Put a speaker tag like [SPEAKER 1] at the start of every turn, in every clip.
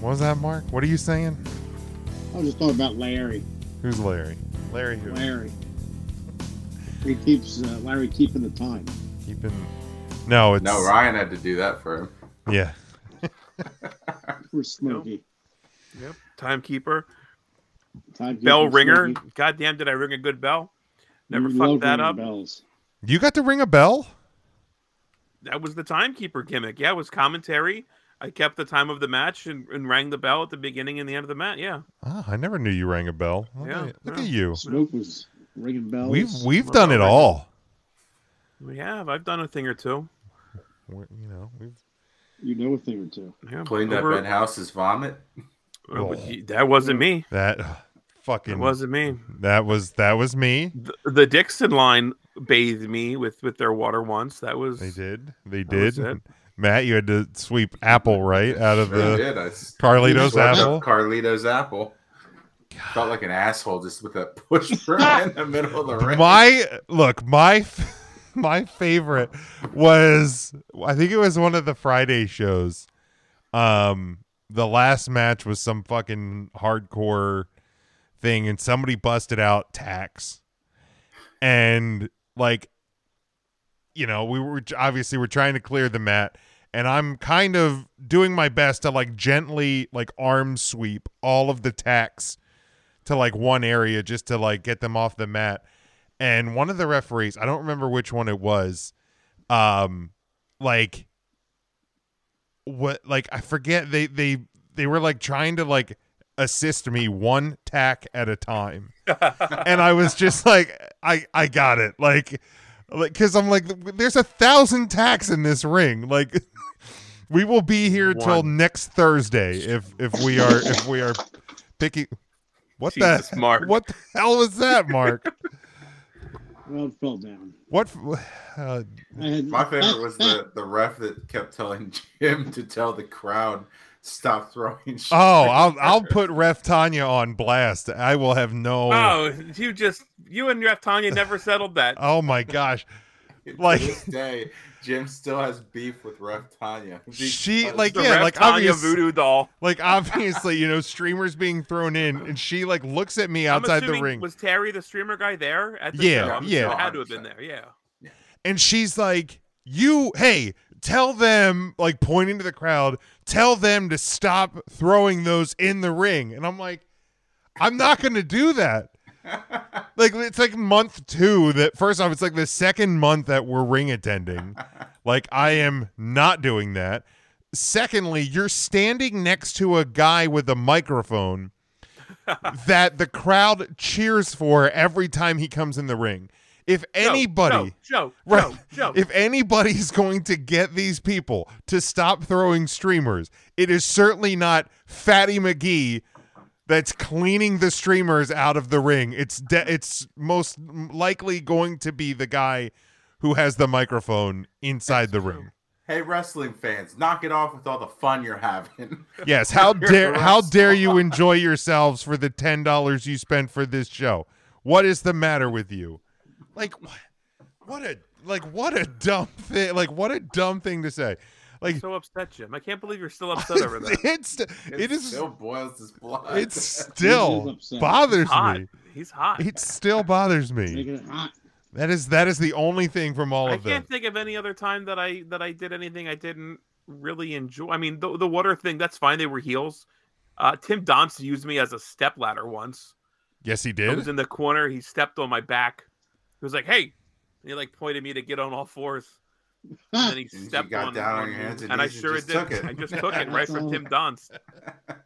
[SPEAKER 1] was that, Mark? What are you saying?
[SPEAKER 2] I was just talking about Larry.
[SPEAKER 1] Who's Larry? Larry who?
[SPEAKER 2] Larry. He keeps uh, Larry keeping the time.
[SPEAKER 1] Keeping. No, it's
[SPEAKER 3] No, Ryan had to do that for him.
[SPEAKER 1] Yeah,
[SPEAKER 2] We're Smokey.
[SPEAKER 4] Yep. Timekeeper.
[SPEAKER 2] Time
[SPEAKER 4] Bell
[SPEAKER 2] keeping
[SPEAKER 4] ringer.
[SPEAKER 2] Smokey.
[SPEAKER 4] Goddamn, did I ring a good bell? Never
[SPEAKER 2] We
[SPEAKER 4] fucked
[SPEAKER 2] love
[SPEAKER 4] that
[SPEAKER 2] ringing
[SPEAKER 4] up.
[SPEAKER 2] Bells.
[SPEAKER 1] you got to ring a bell.
[SPEAKER 4] That was the timekeeper gimmick. Yeah, it was commentary. I kept the time of the match and, and rang the bell at the beginning and the end of the match. Yeah.
[SPEAKER 1] Ah, I never knew you rang a bell. Look,
[SPEAKER 4] Yeah,
[SPEAKER 1] at, look
[SPEAKER 4] yeah.
[SPEAKER 1] at you.
[SPEAKER 2] Smoke was ringing bells.
[SPEAKER 1] We've we've
[SPEAKER 4] We're
[SPEAKER 1] done it
[SPEAKER 4] all
[SPEAKER 1] all.
[SPEAKER 4] We have. I've done a thing or two.
[SPEAKER 1] We're- you know, we've
[SPEAKER 2] you know a thing or two.
[SPEAKER 4] Yeah,
[SPEAKER 3] Cleaned up
[SPEAKER 4] over-
[SPEAKER 3] that house's vomit.
[SPEAKER 4] uh, but y- that wasn't me.
[SPEAKER 1] that ugh,
[SPEAKER 4] It
[SPEAKER 1] fucking
[SPEAKER 4] wasn't me.
[SPEAKER 1] that was that was me.
[SPEAKER 4] The, the Dixon line bathed me with with their water once. That was
[SPEAKER 1] They did. They
[SPEAKER 4] That was
[SPEAKER 1] did.
[SPEAKER 4] it.
[SPEAKER 1] Matt, you had to sweep apple right out of
[SPEAKER 3] Sure
[SPEAKER 1] the
[SPEAKER 3] did. I s-
[SPEAKER 1] Carlitos
[SPEAKER 3] swept
[SPEAKER 1] apple.
[SPEAKER 3] up Carlito's apple. Felt like an asshole just with that push right in the middle of the ring.
[SPEAKER 1] my look my f- my favorite was i think it was one of the friday shows um the last match was some fucking hardcore thing and somebody busted out tax and like you know we were obviously we're trying to clear the mat and i'm kind of doing my best to like gently like arm sweep all of the tacks to like one area just to like get them off the mat and one of the referees i don't remember which one it was um like what like i forget they they they were like trying to like assist me one tack at a time and i was just like i i got it like like because i'm like there's a thousand tacks in this ring like we will be here till
[SPEAKER 4] One.
[SPEAKER 1] next thursday if if we are if we are picking what
[SPEAKER 4] Jesus,
[SPEAKER 1] the
[SPEAKER 4] Mark.
[SPEAKER 1] what the hell was that mark
[SPEAKER 2] Well, it fell down.
[SPEAKER 1] what f- uh,
[SPEAKER 2] I had
[SPEAKER 3] My favorite was the, the ref that kept telling Jim to tell the crowd stop throwing shit.
[SPEAKER 1] oh i'll i'll put ref tanya on blast i will have no
[SPEAKER 4] Oh, you just you and Ref Tanya never settled that.
[SPEAKER 1] oh my gosh like-
[SPEAKER 3] like to this day, Jim still has beef with Ref Tanya.
[SPEAKER 1] She,
[SPEAKER 3] Because
[SPEAKER 1] like,
[SPEAKER 4] the
[SPEAKER 1] yeah,
[SPEAKER 4] Ref
[SPEAKER 1] like,
[SPEAKER 4] Tanya
[SPEAKER 1] obvious-
[SPEAKER 4] voodoo doll.
[SPEAKER 1] like obviously you know streamers being thrown in and she like looks at me
[SPEAKER 4] I'm
[SPEAKER 1] outside the
[SPEAKER 4] assuming-
[SPEAKER 1] ring
[SPEAKER 4] Was Terry the streamer guy there at the
[SPEAKER 1] Yeah,
[SPEAKER 4] show? I'm
[SPEAKER 1] yeah.
[SPEAKER 4] assuming it had to have been there. Yeah.
[SPEAKER 1] and she's like you hey tell them like pointing to the crowd tell them to stop throwing those in the ring and i'm like i'm not gonna do that like it's like month two that first off it's like the second month that we're ring attending like i am not doing that secondly you're standing next to a guy with a microphone that the crowd cheers for every time he comes in the ring if
[SPEAKER 4] Joe,
[SPEAKER 1] anybody
[SPEAKER 4] Joe, Joe,
[SPEAKER 1] Right.
[SPEAKER 4] Joe, Joe.
[SPEAKER 1] If anybody's going to get these people to stop throwing streamers, it is certainly not Fatty McGee that's cleaning the streamers out of the ring. It's de- it's most likely going to be the guy who has the microphone inside the ring.
[SPEAKER 3] hey, wrestling fans, knock it off with all the fun you're having.
[SPEAKER 1] Yes, how
[SPEAKER 3] You're
[SPEAKER 1] dare
[SPEAKER 3] a
[SPEAKER 1] how dare you enjoy yourselves for the ten dollars you spent for this show? What is the matter with you? Like what? What a like what a dumb thing! Like what a dumb thing to say! Like
[SPEAKER 4] I'm so upset, Jim. I can't believe you're still upset over that.
[SPEAKER 1] it's it
[SPEAKER 3] It
[SPEAKER 1] is
[SPEAKER 3] still boils his blood.
[SPEAKER 1] it still
[SPEAKER 2] upset.
[SPEAKER 1] bothers
[SPEAKER 4] Hot.
[SPEAKER 1] me.
[SPEAKER 4] He's hot.
[SPEAKER 1] It still bothers me.
[SPEAKER 2] making it hot.
[SPEAKER 1] That is that is the only thing from all
[SPEAKER 4] I
[SPEAKER 1] of them.
[SPEAKER 4] can't think of any other time that I that I did anything I didn't really enjoy. I mean, the the water thing, that's fine. They were heels. Uh, Tim Donst used me as a step ladder once.
[SPEAKER 1] Yes, he
[SPEAKER 4] I was
[SPEAKER 1] did.
[SPEAKER 4] in the corner. He stepped on my back. He was like, "Hey," and he like pointed me to get on all fours. And then he
[SPEAKER 3] And you
[SPEAKER 4] stepped
[SPEAKER 3] got
[SPEAKER 4] on,
[SPEAKER 3] down on
[SPEAKER 4] on
[SPEAKER 3] your
[SPEAKER 4] me,
[SPEAKER 3] hands and
[SPEAKER 4] and I
[SPEAKER 3] knees and
[SPEAKER 4] sure
[SPEAKER 3] just
[SPEAKER 4] did.
[SPEAKER 3] took it.
[SPEAKER 4] I just took it right from Tim Donst.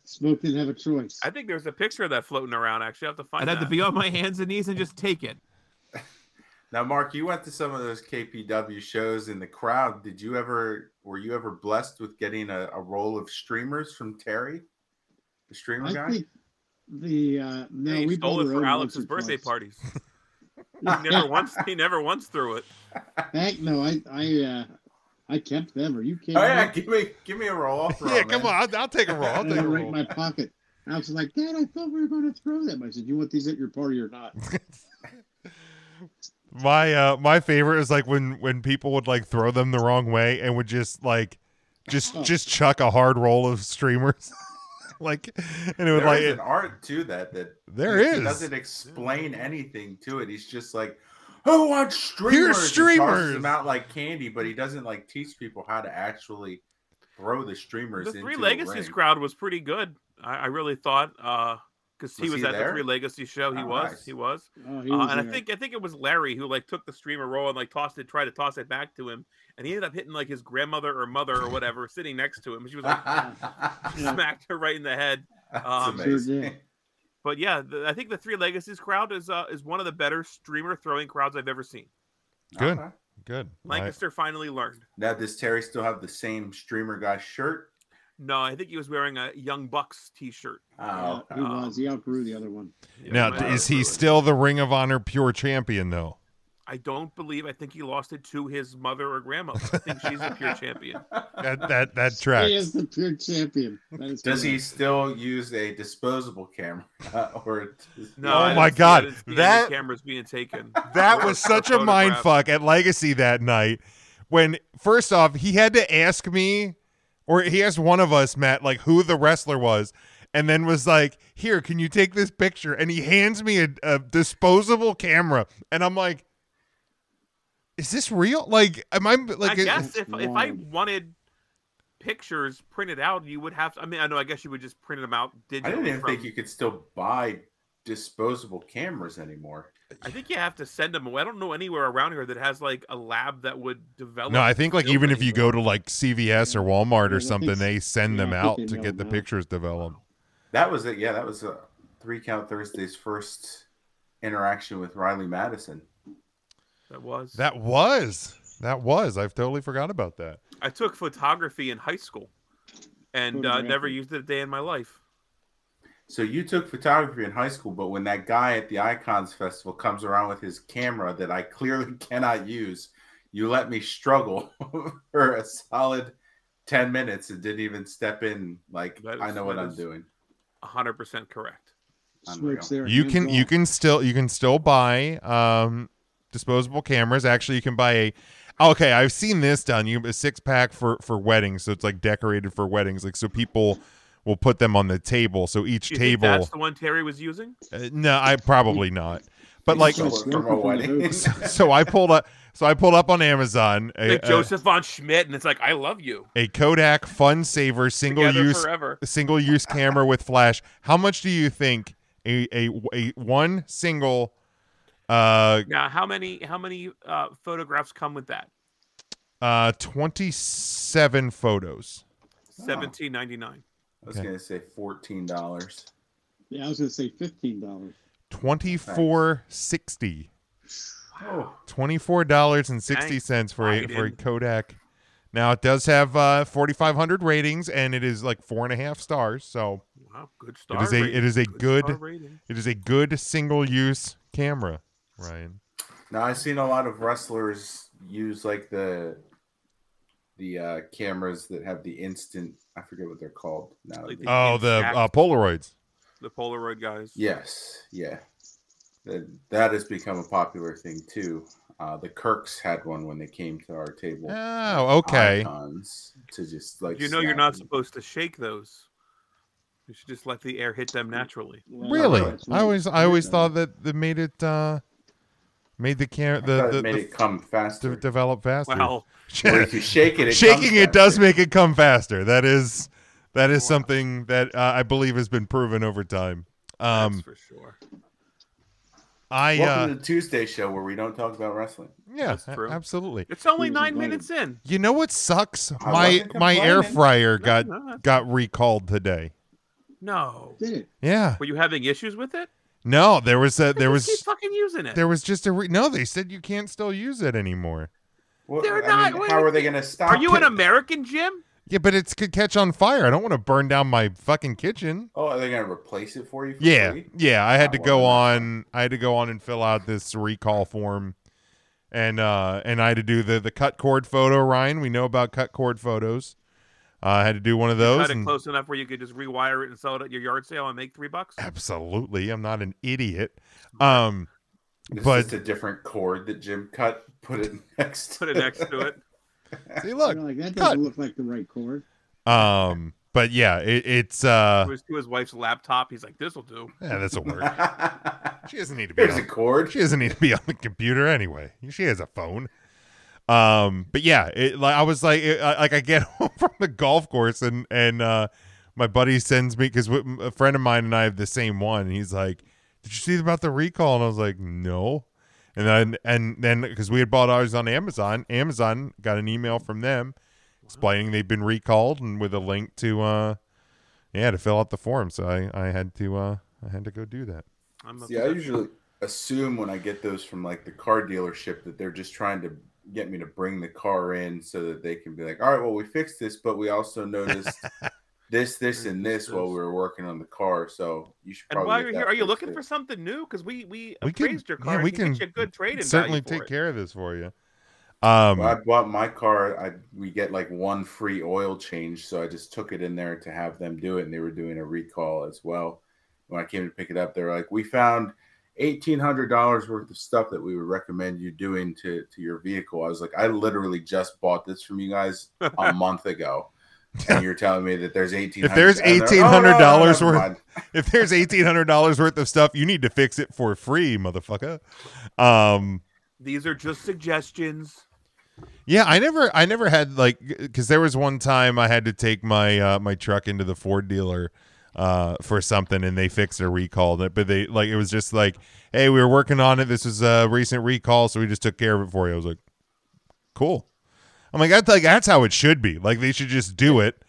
[SPEAKER 2] Smoke didn't have a choice.
[SPEAKER 4] I think there's a picture of that floating around. Actually, I have to find
[SPEAKER 5] I'd
[SPEAKER 4] that.
[SPEAKER 5] have to be on my hands and knees and just take it.
[SPEAKER 3] Now, Mark, you went to some of those KPW shows in the crowd. Did you ever were you ever blessed with getting a, a roll of streamers from Terry, the streamer
[SPEAKER 2] I
[SPEAKER 3] guy?
[SPEAKER 2] think the uh, no,
[SPEAKER 4] He
[SPEAKER 2] we
[SPEAKER 4] stole
[SPEAKER 2] bought
[SPEAKER 4] it
[SPEAKER 2] our
[SPEAKER 4] for
[SPEAKER 2] own
[SPEAKER 4] Alex's
[SPEAKER 2] once or
[SPEAKER 4] birthday
[SPEAKER 2] twice.
[SPEAKER 4] parties. he never once. He never once threw it.
[SPEAKER 2] Heck no, I I uh, I kept them. Are you kidding?
[SPEAKER 3] Oh yeah,
[SPEAKER 2] me?
[SPEAKER 3] give me give me a roll off.
[SPEAKER 1] Yeah, come on, I'll, I'll take a roll. I'll
[SPEAKER 2] And
[SPEAKER 1] take
[SPEAKER 2] I
[SPEAKER 1] a
[SPEAKER 2] right
[SPEAKER 1] roll.
[SPEAKER 2] in my pocket. And I was like, Dad, I thought we were going to throw them. I said, You want these at your party or not?
[SPEAKER 1] My uh my favorite is like when when people would like throw them the wrong way and would just like just
[SPEAKER 2] Oh.
[SPEAKER 1] just chuck a hard roll of streamers. like, and it was
[SPEAKER 3] There's
[SPEAKER 1] like,
[SPEAKER 3] an art to that that
[SPEAKER 1] there
[SPEAKER 3] he, he
[SPEAKER 1] is.
[SPEAKER 3] doesn't explain anything to it. He's just like, who wants streamers? And tosses
[SPEAKER 1] streamers."
[SPEAKER 3] them out like candy, but he doesn't like teach people how to actually throw the streamers.
[SPEAKER 4] the
[SPEAKER 3] into
[SPEAKER 4] Three
[SPEAKER 3] a
[SPEAKER 4] Legacies
[SPEAKER 3] ring.
[SPEAKER 4] crowd was pretty good. I, I really thought because he
[SPEAKER 3] Was
[SPEAKER 4] was
[SPEAKER 3] he
[SPEAKER 4] at
[SPEAKER 3] there?
[SPEAKER 4] the Three Legacy show. He
[SPEAKER 3] Oh,
[SPEAKER 4] was.
[SPEAKER 3] nice.
[SPEAKER 4] He was.
[SPEAKER 2] Oh, he
[SPEAKER 4] Uh,
[SPEAKER 2] was
[SPEAKER 4] and I
[SPEAKER 2] there.
[SPEAKER 4] think I think it was Larry who like took the streamer roll and like tossed it, tried to toss it back to him, and he ended up hitting like his grandmother or mother or whatever sitting next to him. She was like
[SPEAKER 2] Yeah.
[SPEAKER 4] smacked her right in the head.
[SPEAKER 3] That's
[SPEAKER 4] Um,
[SPEAKER 2] Sure
[SPEAKER 3] amazing.
[SPEAKER 2] did.
[SPEAKER 4] But yeah, the, I think the Three Legacies crowd is uh, is one of the better streamer throwing crowds I've ever seen.
[SPEAKER 1] Good.
[SPEAKER 3] Okay.
[SPEAKER 1] Good. I,
[SPEAKER 4] Lancaster finally learned.
[SPEAKER 3] Now, does Terry still have the same streamer guy shirt?
[SPEAKER 4] No, I think he was wearing a Young Bucks T-shirt. uh,
[SPEAKER 3] Oh,
[SPEAKER 2] Yeah, he was. He outgrew the other one.
[SPEAKER 4] Yeah,
[SPEAKER 1] now,
[SPEAKER 4] my-
[SPEAKER 1] is he still the Ring of Honor pure champion though?
[SPEAKER 4] I don't believe. I think he lost it to his mother or grandmother. I think she's the pure champion.
[SPEAKER 1] That that that
[SPEAKER 2] He
[SPEAKER 1] tracks.
[SPEAKER 2] is the pure champion. That is
[SPEAKER 3] Does he
[SPEAKER 2] correct.
[SPEAKER 3] still use a disposable camera? or
[SPEAKER 4] No,
[SPEAKER 1] Oh
[SPEAKER 4] I
[SPEAKER 1] my
[SPEAKER 4] didn't see- I
[SPEAKER 1] God,
[SPEAKER 4] didn't see any
[SPEAKER 1] that-
[SPEAKER 4] cameras being taken.
[SPEAKER 1] That
[SPEAKER 4] Or-
[SPEAKER 1] was
[SPEAKER 4] or
[SPEAKER 1] such a mind
[SPEAKER 4] photographed.
[SPEAKER 1] fuck at Legacy that night. When first off, he had to ask me, or he asked one of us, Matt, like who the wrestler was, and then was like, "Here, can you take this picture?" And he hands me a, a disposable camera, and I'm like, "Is this real? Like, am I like?"
[SPEAKER 4] I
[SPEAKER 1] it-
[SPEAKER 4] guess if, if I
[SPEAKER 2] Wild.
[SPEAKER 4] wanted pictures printed out, you would have. To, I mean, I know. I guess you would just print them out digitally.
[SPEAKER 3] I didn't even
[SPEAKER 4] from-
[SPEAKER 3] think you could still buy disposable cameras anymore.
[SPEAKER 4] I think you have to send them away. I don't know anywhere around here that has like a lab that would develop.
[SPEAKER 1] No, I think like
[SPEAKER 4] build
[SPEAKER 1] even
[SPEAKER 4] them.
[SPEAKER 1] if you go to like CVS or Walmart
[SPEAKER 2] Yeah, I
[SPEAKER 1] or
[SPEAKER 2] think
[SPEAKER 1] something,
[SPEAKER 2] s-
[SPEAKER 1] they send
[SPEAKER 2] yeah,
[SPEAKER 1] them
[SPEAKER 2] I think
[SPEAKER 1] out
[SPEAKER 2] they
[SPEAKER 1] to
[SPEAKER 2] mail
[SPEAKER 1] get the
[SPEAKER 2] them out.
[SPEAKER 1] pictures developed.
[SPEAKER 3] That was it. Yeah, that was uh Three Count Thursday's first interaction with Riley Madison.
[SPEAKER 4] that was
[SPEAKER 1] That was that was. I've totally forgot about that.
[SPEAKER 4] I took photography in high school, and uh,
[SPEAKER 2] Photography.
[SPEAKER 4] never used it a day in my life.
[SPEAKER 3] So you took photography in high school, but when that guy at the Icons Festival comes around with his camera that I clearly cannot use, you let me struggle for a solid 10 minutes and didn't even step in like
[SPEAKER 4] That is-
[SPEAKER 3] I know what
[SPEAKER 4] that
[SPEAKER 3] I'm
[SPEAKER 4] is-
[SPEAKER 3] doing.
[SPEAKER 4] hundred percent correct.
[SPEAKER 2] Switch there.
[SPEAKER 1] you
[SPEAKER 2] hands
[SPEAKER 1] can you
[SPEAKER 2] off.
[SPEAKER 1] can still you can still buy um disposable cameras actually you can buy a oh, okay i've seen this done you a six pack for for weddings so it's like decorated for weddings like so people will put them on the table so each
[SPEAKER 4] Do you think
[SPEAKER 1] table
[SPEAKER 4] that's the one Terry was using.
[SPEAKER 1] uh, no i probably not but like
[SPEAKER 2] So-
[SPEAKER 3] From a wedding.
[SPEAKER 1] so i pulled up so i pulled up on amazon a, uh,
[SPEAKER 4] Like
[SPEAKER 1] a-
[SPEAKER 4] Joseph von Schmidt, and it's like I love you.
[SPEAKER 1] a kodak fun saver single
[SPEAKER 4] Together
[SPEAKER 1] use
[SPEAKER 4] forever.
[SPEAKER 1] a single use camera with flash. How much do you think a a, a one single uh
[SPEAKER 4] Now, how many how many uh, photographs come with that?
[SPEAKER 1] uh 27 photos.
[SPEAKER 4] Seventeen ninety nine.
[SPEAKER 3] I was
[SPEAKER 1] Okay.
[SPEAKER 3] gonna say fourteen dollars.
[SPEAKER 2] Yeah, I was gonna say fifteen dollars.
[SPEAKER 1] 2460.
[SPEAKER 3] Oh,
[SPEAKER 1] $24.60 for a
[SPEAKER 4] Biden.
[SPEAKER 1] for a Kodak. Now it does have uh 4500 ratings and it is like four and a half stars. So
[SPEAKER 4] Wow, good star.
[SPEAKER 1] it is a
[SPEAKER 4] rating.
[SPEAKER 1] it is a good
[SPEAKER 4] star rating.
[SPEAKER 1] it is a good single use camera, Ryan.
[SPEAKER 3] now I've seen a lot of wrestlers use like the the uh, cameras that have the instant. I forget what they're called now.
[SPEAKER 4] Like the-
[SPEAKER 1] Oh, the uh, Polaroids.
[SPEAKER 4] The Polaroid guys.
[SPEAKER 3] yes, yeah, that that has become a popular thing too. Uh, the Kirks had one when they came to our table.
[SPEAKER 1] Oh, okay.
[SPEAKER 3] Icons to just like
[SPEAKER 4] You know you're not
[SPEAKER 3] snap
[SPEAKER 4] supposed to shake those. You should just let the air hit them naturally.
[SPEAKER 1] Really?
[SPEAKER 3] Alright.
[SPEAKER 1] I always I always thought that they made it uh made the camera
[SPEAKER 3] and- I thought
[SPEAKER 1] the the,
[SPEAKER 3] it made
[SPEAKER 1] the
[SPEAKER 3] it come
[SPEAKER 1] de-
[SPEAKER 3] faster.
[SPEAKER 1] develop faster.
[SPEAKER 4] Well,
[SPEAKER 3] Or if you shake it, it
[SPEAKER 1] Shaking it
[SPEAKER 3] does
[SPEAKER 1] does make it come faster. That is that is
[SPEAKER 4] Wow.
[SPEAKER 1] something that uh, I believe has been proven over time.
[SPEAKER 4] that's
[SPEAKER 1] Um
[SPEAKER 4] for sure.
[SPEAKER 1] I
[SPEAKER 3] Welcome
[SPEAKER 1] uh
[SPEAKER 3] to the Tuesday show where we don't talk about wrestling.
[SPEAKER 1] yeah,
[SPEAKER 4] That's true.
[SPEAKER 1] absolutely.
[SPEAKER 4] It's only
[SPEAKER 2] Who's
[SPEAKER 4] nine
[SPEAKER 2] invited?
[SPEAKER 4] minutes in.
[SPEAKER 1] You know what sucks?
[SPEAKER 3] I
[SPEAKER 1] My
[SPEAKER 3] wasn't
[SPEAKER 1] my air
[SPEAKER 3] complaining.
[SPEAKER 1] fryer
[SPEAKER 4] No,
[SPEAKER 1] got
[SPEAKER 4] no, that's-
[SPEAKER 1] got recalled today.
[SPEAKER 4] no.
[SPEAKER 2] Did it?
[SPEAKER 1] Yeah.
[SPEAKER 4] Were you having issues with it?
[SPEAKER 1] No, there was a there
[SPEAKER 4] Keep
[SPEAKER 1] was
[SPEAKER 4] fucking using it.
[SPEAKER 1] there was just a re- no, they said you can't still use it anymore.
[SPEAKER 3] Well,
[SPEAKER 4] They're
[SPEAKER 3] I
[SPEAKER 4] not-
[SPEAKER 3] mean,
[SPEAKER 4] wait,
[SPEAKER 3] how are they going to stop?
[SPEAKER 4] Are you an
[SPEAKER 3] it?
[SPEAKER 4] American, Jim?
[SPEAKER 1] Yeah, but it could catch on fire. I don't want to burn down my fucking kitchen.
[SPEAKER 3] Oh, are they going to replace it for you? For
[SPEAKER 1] Yeah,
[SPEAKER 3] free?
[SPEAKER 1] yeah. I had to
[SPEAKER 3] Oh,
[SPEAKER 1] go
[SPEAKER 3] well,
[SPEAKER 1] on. I had to go on and fill out this recall form, and uh, and I had to do the the cut cord photo. Ryan, we know about cut cord photos. Uh, I had to do one of those.
[SPEAKER 4] Cut it
[SPEAKER 1] and-
[SPEAKER 4] close enough where you could just rewire it and sell it at your yard sale and make three bucks.
[SPEAKER 1] absolutely, I'm not an idiot. Um,
[SPEAKER 3] It's
[SPEAKER 1] But-
[SPEAKER 3] just a different cord that Jim cut. Put it next.
[SPEAKER 4] Put it next to it.
[SPEAKER 1] see,
[SPEAKER 2] You're
[SPEAKER 1] look,
[SPEAKER 2] like that
[SPEAKER 1] cut.
[SPEAKER 2] doesn't look like the right chord.
[SPEAKER 1] um, but yeah, it, it's uh,
[SPEAKER 4] It was to his wife's laptop. He's like, "This will do."
[SPEAKER 1] yeah, this'll work. She doesn't need to be.
[SPEAKER 3] Here's a
[SPEAKER 1] On,
[SPEAKER 3] chord.
[SPEAKER 1] she doesn't need to be on the computer anyway. She has a phone. Um, but yeah, it, like I was like, it, I, like I get home from the golf course and and uh, my buddy sends me because a friend of mine and I have the same one. And he's like, "Did you see about the recall?" And I was like, "No." And then and then because we had bought ours on Amazon, Amazon got an email from them explaining they've been recalled and with a link to uh, yeah, to fill out the form. So I I had to uh I had to go do that.
[SPEAKER 4] I'm
[SPEAKER 3] See, I usually assume when I get those from like the car dealership that they're just trying to get me to bring the car in so that they can be like, all right, well, we fixed this, but we also noticed this, this, and this while we were working on the car. So you should probably.
[SPEAKER 4] And while
[SPEAKER 3] get
[SPEAKER 4] you're
[SPEAKER 3] that
[SPEAKER 4] here, are you
[SPEAKER 3] fixed
[SPEAKER 4] looking
[SPEAKER 3] too."
[SPEAKER 4] for something new? Because we we
[SPEAKER 1] We can-
[SPEAKER 4] appraised your
[SPEAKER 1] yeah,
[SPEAKER 4] car.
[SPEAKER 1] we
[SPEAKER 4] we can,
[SPEAKER 1] can
[SPEAKER 4] get you a good trade in.
[SPEAKER 1] certainly take
[SPEAKER 4] value for it.
[SPEAKER 1] care of this for you. Um,
[SPEAKER 3] Well, I bought my car. I we get like one free oil change, so I just took it in there to have them do it, and they were doing a recall as well. When I came to pick it up, they're like, "We found eighteen hundred dollars worth of stuff that we would recommend you doing to to your vehicle." I was like, "I literally just bought this from you guys a month ago, and you're telling me that there's eighteen
[SPEAKER 1] If there's
[SPEAKER 3] "Oh,
[SPEAKER 1] $1,800 worth- if there's eighteen hundred dollars worth of stuff, you need to fix it for free, motherfucker. Um,
[SPEAKER 4] These are just suggestions.
[SPEAKER 1] yeah, I never, I never had like, because there was one time I had to take my uh, my truck into the Ford dealer uh for something and they fixed or recalled it but they like it was just like hey we were working on it this was a recent recall so we just took care of it for you i was like cool i'm like that's like that's how it should be like they should just do it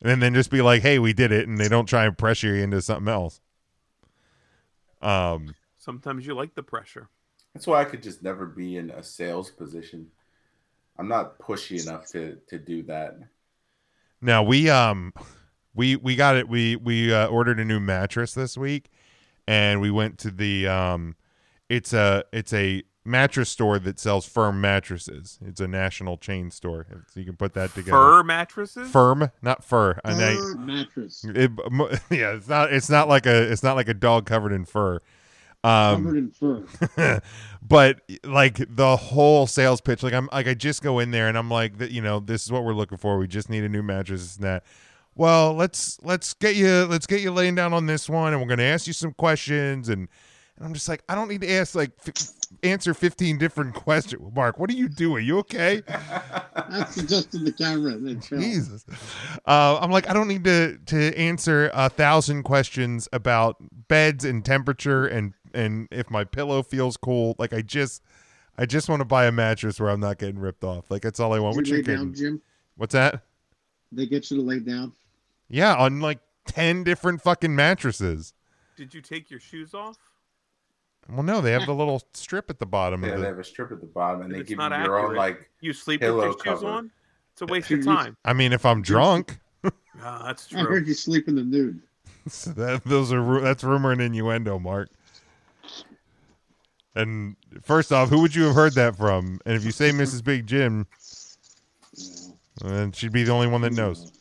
[SPEAKER 1] and then just be like hey we did it and they don't try and pressure you into something else um
[SPEAKER 4] Sometimes you like the pressure.
[SPEAKER 3] That's why I could just never be in a sales position. I'm not pushy enough to to do that.
[SPEAKER 1] Now we um we we got it we we uh, ordered a new mattress this week and we went to the um it's a it's a mattress store that sells firm mattresses. It's a national chain store. So you can put that together.
[SPEAKER 4] Fur mattresses.
[SPEAKER 1] Firm, not fur. And they,
[SPEAKER 2] Fur mattress
[SPEAKER 1] it, mo- yeah, it's not it's not like a it's not like a dog covered in fur. Um
[SPEAKER 2] covered in fur.
[SPEAKER 1] but like the whole sales pitch like i'm like i just go in there and i'm like that you know this is what we're looking for we just need a new mattress this and that well let's let's get you let's get you laying down on this one and we're going to ask you some questions and, and i'm just like i don't need to ask like f- answer 15 different questions mark what are you doing you okay
[SPEAKER 2] I suggested the camera. Then fell.
[SPEAKER 1] jesus uh, i'm like i don't need to to answer a thousand questions about beds and temperature and and if my pillow feels cool like i just i just want to buy a mattress where i'm not getting ripped off like that's all i want
[SPEAKER 2] Did
[SPEAKER 1] what
[SPEAKER 2] you
[SPEAKER 1] you
[SPEAKER 2] lay down,
[SPEAKER 1] kidding?
[SPEAKER 2] Jim?
[SPEAKER 1] what's that
[SPEAKER 2] They get you to lay down.
[SPEAKER 1] yeah on like 10 different fucking mattresses
[SPEAKER 4] Did you take your shoes off?
[SPEAKER 1] well no they have the little strip at the bottom
[SPEAKER 3] Yeah,
[SPEAKER 1] of
[SPEAKER 3] they
[SPEAKER 1] it
[SPEAKER 3] have a strip at the bottom, and
[SPEAKER 4] If
[SPEAKER 3] they
[SPEAKER 4] it's
[SPEAKER 3] give you
[SPEAKER 4] not
[SPEAKER 3] your own
[SPEAKER 4] accurate.
[SPEAKER 3] like.
[SPEAKER 4] You sleep
[SPEAKER 3] Pillow
[SPEAKER 4] with your shoes
[SPEAKER 3] cover.
[SPEAKER 4] on. It's a waste of
[SPEAKER 2] Shoes.
[SPEAKER 4] time.
[SPEAKER 1] i mean if i'm drunk
[SPEAKER 4] Ah, that's
[SPEAKER 2] I
[SPEAKER 4] true.
[SPEAKER 2] heard you sleep in the nude.
[SPEAKER 1] So that, those are ru- that's rumor and innuendo, Mark. And first off, who would you have heard that from? And if you say Mrs. Big Jim, then she'd be the only one that knows.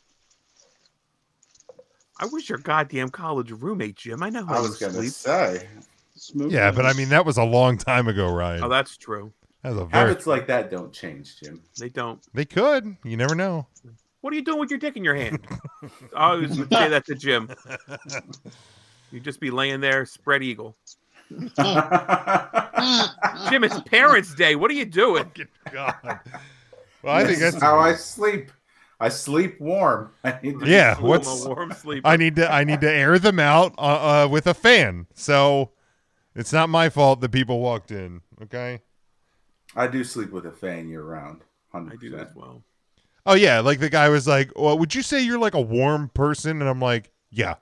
[SPEAKER 4] I was your goddamn college roommate, Jim. I know how
[SPEAKER 3] I
[SPEAKER 4] you
[SPEAKER 3] was gonna
[SPEAKER 4] sleep.
[SPEAKER 3] say
[SPEAKER 2] Smoke
[SPEAKER 1] Yeah, but I
[SPEAKER 2] rings.
[SPEAKER 1] mean that was a long time ago,
[SPEAKER 4] Oh,
[SPEAKER 1] Ryan.
[SPEAKER 4] that's true.
[SPEAKER 1] That was a very.
[SPEAKER 3] habits like that don't change, Jim.
[SPEAKER 4] They don't.
[SPEAKER 1] They could. You never know.
[SPEAKER 4] What are you doing with your dick in your hand? I always would say that to Jim. You'd just be laying there, spread eagle.
[SPEAKER 2] Ah, ah,
[SPEAKER 4] Jim, it's Parents' Day. What are you doing?
[SPEAKER 1] God. Well, I think
[SPEAKER 3] This
[SPEAKER 1] that's
[SPEAKER 3] is how I sleep. I sleep warm. I need to be
[SPEAKER 1] Yeah,
[SPEAKER 3] cool.
[SPEAKER 1] what's-
[SPEAKER 4] I'm a warm sleeper.
[SPEAKER 1] I need to I need to air them out uh, uh, with a fan. So it's not my fault that people walked in. Okay.
[SPEAKER 3] I do sleep with a fan year round.
[SPEAKER 4] I
[SPEAKER 3] Hundred
[SPEAKER 4] do
[SPEAKER 3] percent.
[SPEAKER 4] as well.
[SPEAKER 1] Oh yeah, like the guy was like, well, "Would you say you're like a warm person?" And I'm like, "Yeah."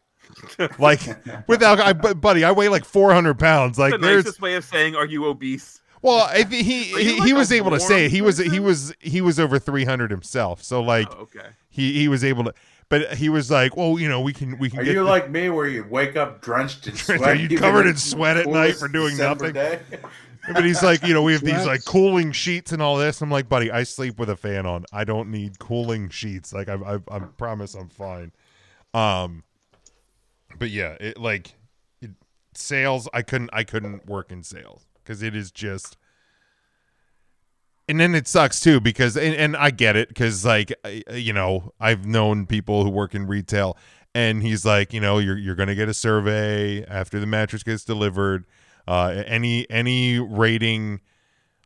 [SPEAKER 1] like without, I, bu- buddy, I weigh like 400 pounds. Like
[SPEAKER 4] the
[SPEAKER 1] there's,
[SPEAKER 4] nicest way of saying, "Are you obese?"
[SPEAKER 1] well, I, thi- he
[SPEAKER 4] Are you
[SPEAKER 1] he,
[SPEAKER 4] like
[SPEAKER 1] he
[SPEAKER 4] a
[SPEAKER 1] was able to say it. he
[SPEAKER 4] warm
[SPEAKER 1] was he
[SPEAKER 4] person?
[SPEAKER 1] was he was over 300 himself. So like
[SPEAKER 4] Oh, okay.
[SPEAKER 1] he he was able to, but he was like, "Well, you know, we can we can
[SPEAKER 3] Are
[SPEAKER 1] get."
[SPEAKER 3] you
[SPEAKER 1] the-
[SPEAKER 3] like me, where you wake up drenched in
[SPEAKER 1] Drenched,
[SPEAKER 3] sweat?
[SPEAKER 1] are you
[SPEAKER 3] even
[SPEAKER 1] covered in
[SPEAKER 3] the
[SPEAKER 1] sweat at night
[SPEAKER 3] coolest
[SPEAKER 1] for doing
[SPEAKER 3] December
[SPEAKER 1] nothing?
[SPEAKER 3] day?
[SPEAKER 1] but he's like, you know, we have these
[SPEAKER 2] Sweats.
[SPEAKER 1] like cooling sheets and all this. I'm like, buddy, I sleep with a fan on. I don't need cooling sheets. Like, I, I, I promise, I'm fine. Um, but yeah, it like it, sales. I couldn't, I couldn't work in sales because it is just. and then it sucks too because and, and I get it because like I- you know I've known people who work in retail and he's like you know you're you're gonna get a survey after the mattress gets delivered uh, any any rating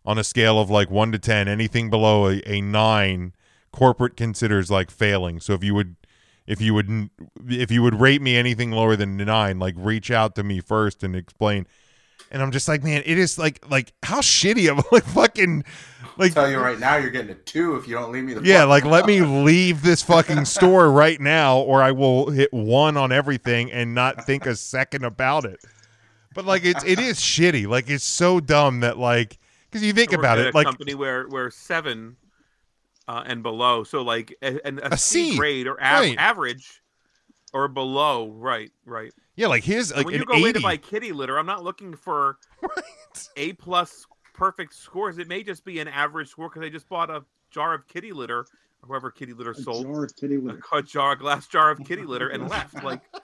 [SPEAKER 1] on a scale of like one to ten anything below a, a nine corporate considers like failing so if you would if you would n- if you would rate me anything lower than a nine like reach out to me first and explain and I'm just like man it is like like how shitty of a like fucking like
[SPEAKER 3] tell you right now, you're getting a two if you don't leave me the.
[SPEAKER 1] yeah,
[SPEAKER 3] fuck
[SPEAKER 1] like let me
[SPEAKER 3] alone.
[SPEAKER 1] leave this fucking store right now, or I will hit one on everything and not think a second about it. But like it's it is shitty. Like it's so dumb that like because you think
[SPEAKER 4] I worked
[SPEAKER 1] about
[SPEAKER 4] at
[SPEAKER 1] it,
[SPEAKER 4] a
[SPEAKER 1] like
[SPEAKER 4] company where where seven uh, and below. So like a, an, a,
[SPEAKER 1] A
[SPEAKER 4] C
[SPEAKER 1] C,
[SPEAKER 4] grade or av-
[SPEAKER 1] right.
[SPEAKER 4] average or below. Right, right.
[SPEAKER 1] yeah, like here's
[SPEAKER 4] And
[SPEAKER 1] like
[SPEAKER 4] when
[SPEAKER 1] an
[SPEAKER 4] you go away to
[SPEAKER 1] eighty.
[SPEAKER 4] buy kitty litter, I'm not looking for A plus perfect scores. It may just be an average score because I just bought a jar of kitty litter, or whoever kitty litter
[SPEAKER 2] A
[SPEAKER 4] sold.
[SPEAKER 2] jar of kitty
[SPEAKER 4] A
[SPEAKER 2] litter.
[SPEAKER 4] cu- jar, a glass jar of kitty litter, and left. Like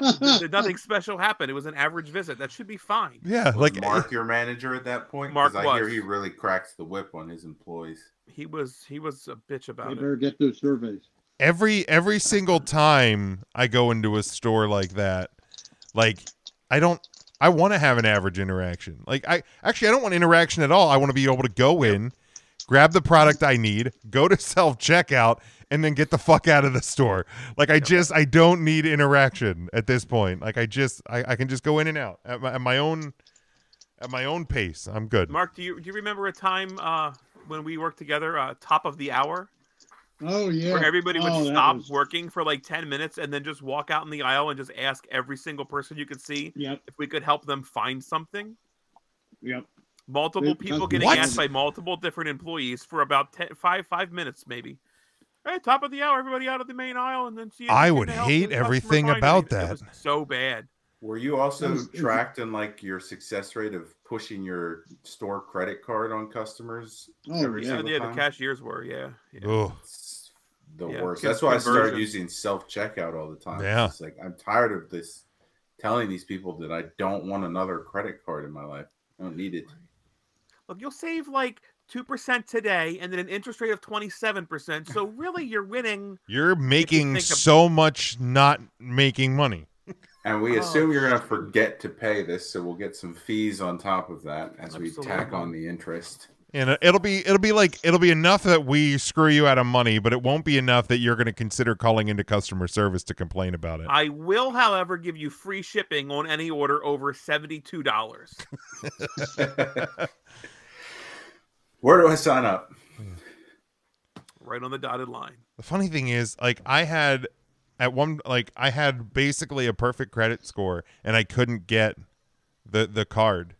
[SPEAKER 2] Mm,
[SPEAKER 4] there- nothing special happened. It was an average visit. That should be fine.
[SPEAKER 1] yeah,
[SPEAKER 3] Was
[SPEAKER 1] like
[SPEAKER 3] Mark, your manager at that point,
[SPEAKER 4] Mark
[SPEAKER 3] because I hear
[SPEAKER 4] was.
[SPEAKER 3] he really cracks the whip on his employees.
[SPEAKER 4] He was he was a bitch about
[SPEAKER 2] They
[SPEAKER 4] it.
[SPEAKER 2] better get those surveys.
[SPEAKER 1] every every single time I go into a store like that, like I don't I want to have an average interaction. Like I actually I don't want interaction at all. I want to be able to go in, grab the product I need, go to self checkout, and then get the fuck out of the store. Like I just I don't need interaction at this point. Like I just I, I can just go in and out at my, at my own at my own pace. I'm good.
[SPEAKER 4] Mark, do you do you remember a time uh, when we worked together, uh, top of the hour,
[SPEAKER 2] Oh yeah.
[SPEAKER 4] where everybody would
[SPEAKER 2] Oh, that
[SPEAKER 4] stop
[SPEAKER 2] was-
[SPEAKER 4] working for like ten minutes and then just walk out in the aisle and just ask every single person you could see
[SPEAKER 2] Yep.
[SPEAKER 4] if we could help them find something?
[SPEAKER 2] Yep.
[SPEAKER 4] Multiple
[SPEAKER 2] Dude,
[SPEAKER 4] people
[SPEAKER 2] that's
[SPEAKER 4] getting
[SPEAKER 1] What?
[SPEAKER 4] asked by multiple different employees for about 10, five five minutes maybe. All right, top of the hour, everybody out of the main aisle, and then see. if
[SPEAKER 1] I
[SPEAKER 4] you can
[SPEAKER 1] would
[SPEAKER 4] help
[SPEAKER 1] hate
[SPEAKER 4] the customer
[SPEAKER 1] everything
[SPEAKER 4] find
[SPEAKER 1] about
[SPEAKER 4] anything. It
[SPEAKER 1] that.
[SPEAKER 4] was so bad.
[SPEAKER 3] Were you also
[SPEAKER 2] Is- is-
[SPEAKER 3] tracked in like your success rate of pushing your store credit card on customers?
[SPEAKER 2] Oh,
[SPEAKER 3] every
[SPEAKER 2] Yeah,
[SPEAKER 4] Yeah,
[SPEAKER 3] single
[SPEAKER 4] yeah, the
[SPEAKER 3] time?
[SPEAKER 4] cashiers were. Yeah, yeah.
[SPEAKER 1] Ugh.
[SPEAKER 3] It's the
[SPEAKER 4] Yeah,
[SPEAKER 3] worst.
[SPEAKER 4] con-
[SPEAKER 3] That's why I started
[SPEAKER 4] conversion.
[SPEAKER 3] using self checkout all the time.
[SPEAKER 1] Yeah.
[SPEAKER 3] It's like I'm tired of this telling these people that I don't want another credit card in my life. I don't need it.
[SPEAKER 4] look, you'll save like two percent today, and then an interest rate of twenty-seven percent. So really, you're winning.
[SPEAKER 1] You're making
[SPEAKER 4] think ab-
[SPEAKER 1] so much not making money.
[SPEAKER 3] And we
[SPEAKER 4] Oh,
[SPEAKER 3] assume you're going to
[SPEAKER 4] shoot.
[SPEAKER 3] forget to pay this, so we'll get some fees on top of that as we tack
[SPEAKER 4] Absolutely.
[SPEAKER 3] on the interest.
[SPEAKER 1] And uh, it'll be it'll be like it'll be enough that we screw you out of money, but it won't be enough that you're going to consider calling into customer service to complain about it.
[SPEAKER 4] I will, however, give you free shipping on any order over seventy-two dollars.
[SPEAKER 3] Where do I sign up?
[SPEAKER 4] right on the dotted line.
[SPEAKER 1] The funny thing is, like I had at one like I had basically a perfect credit score, and I couldn't get the the card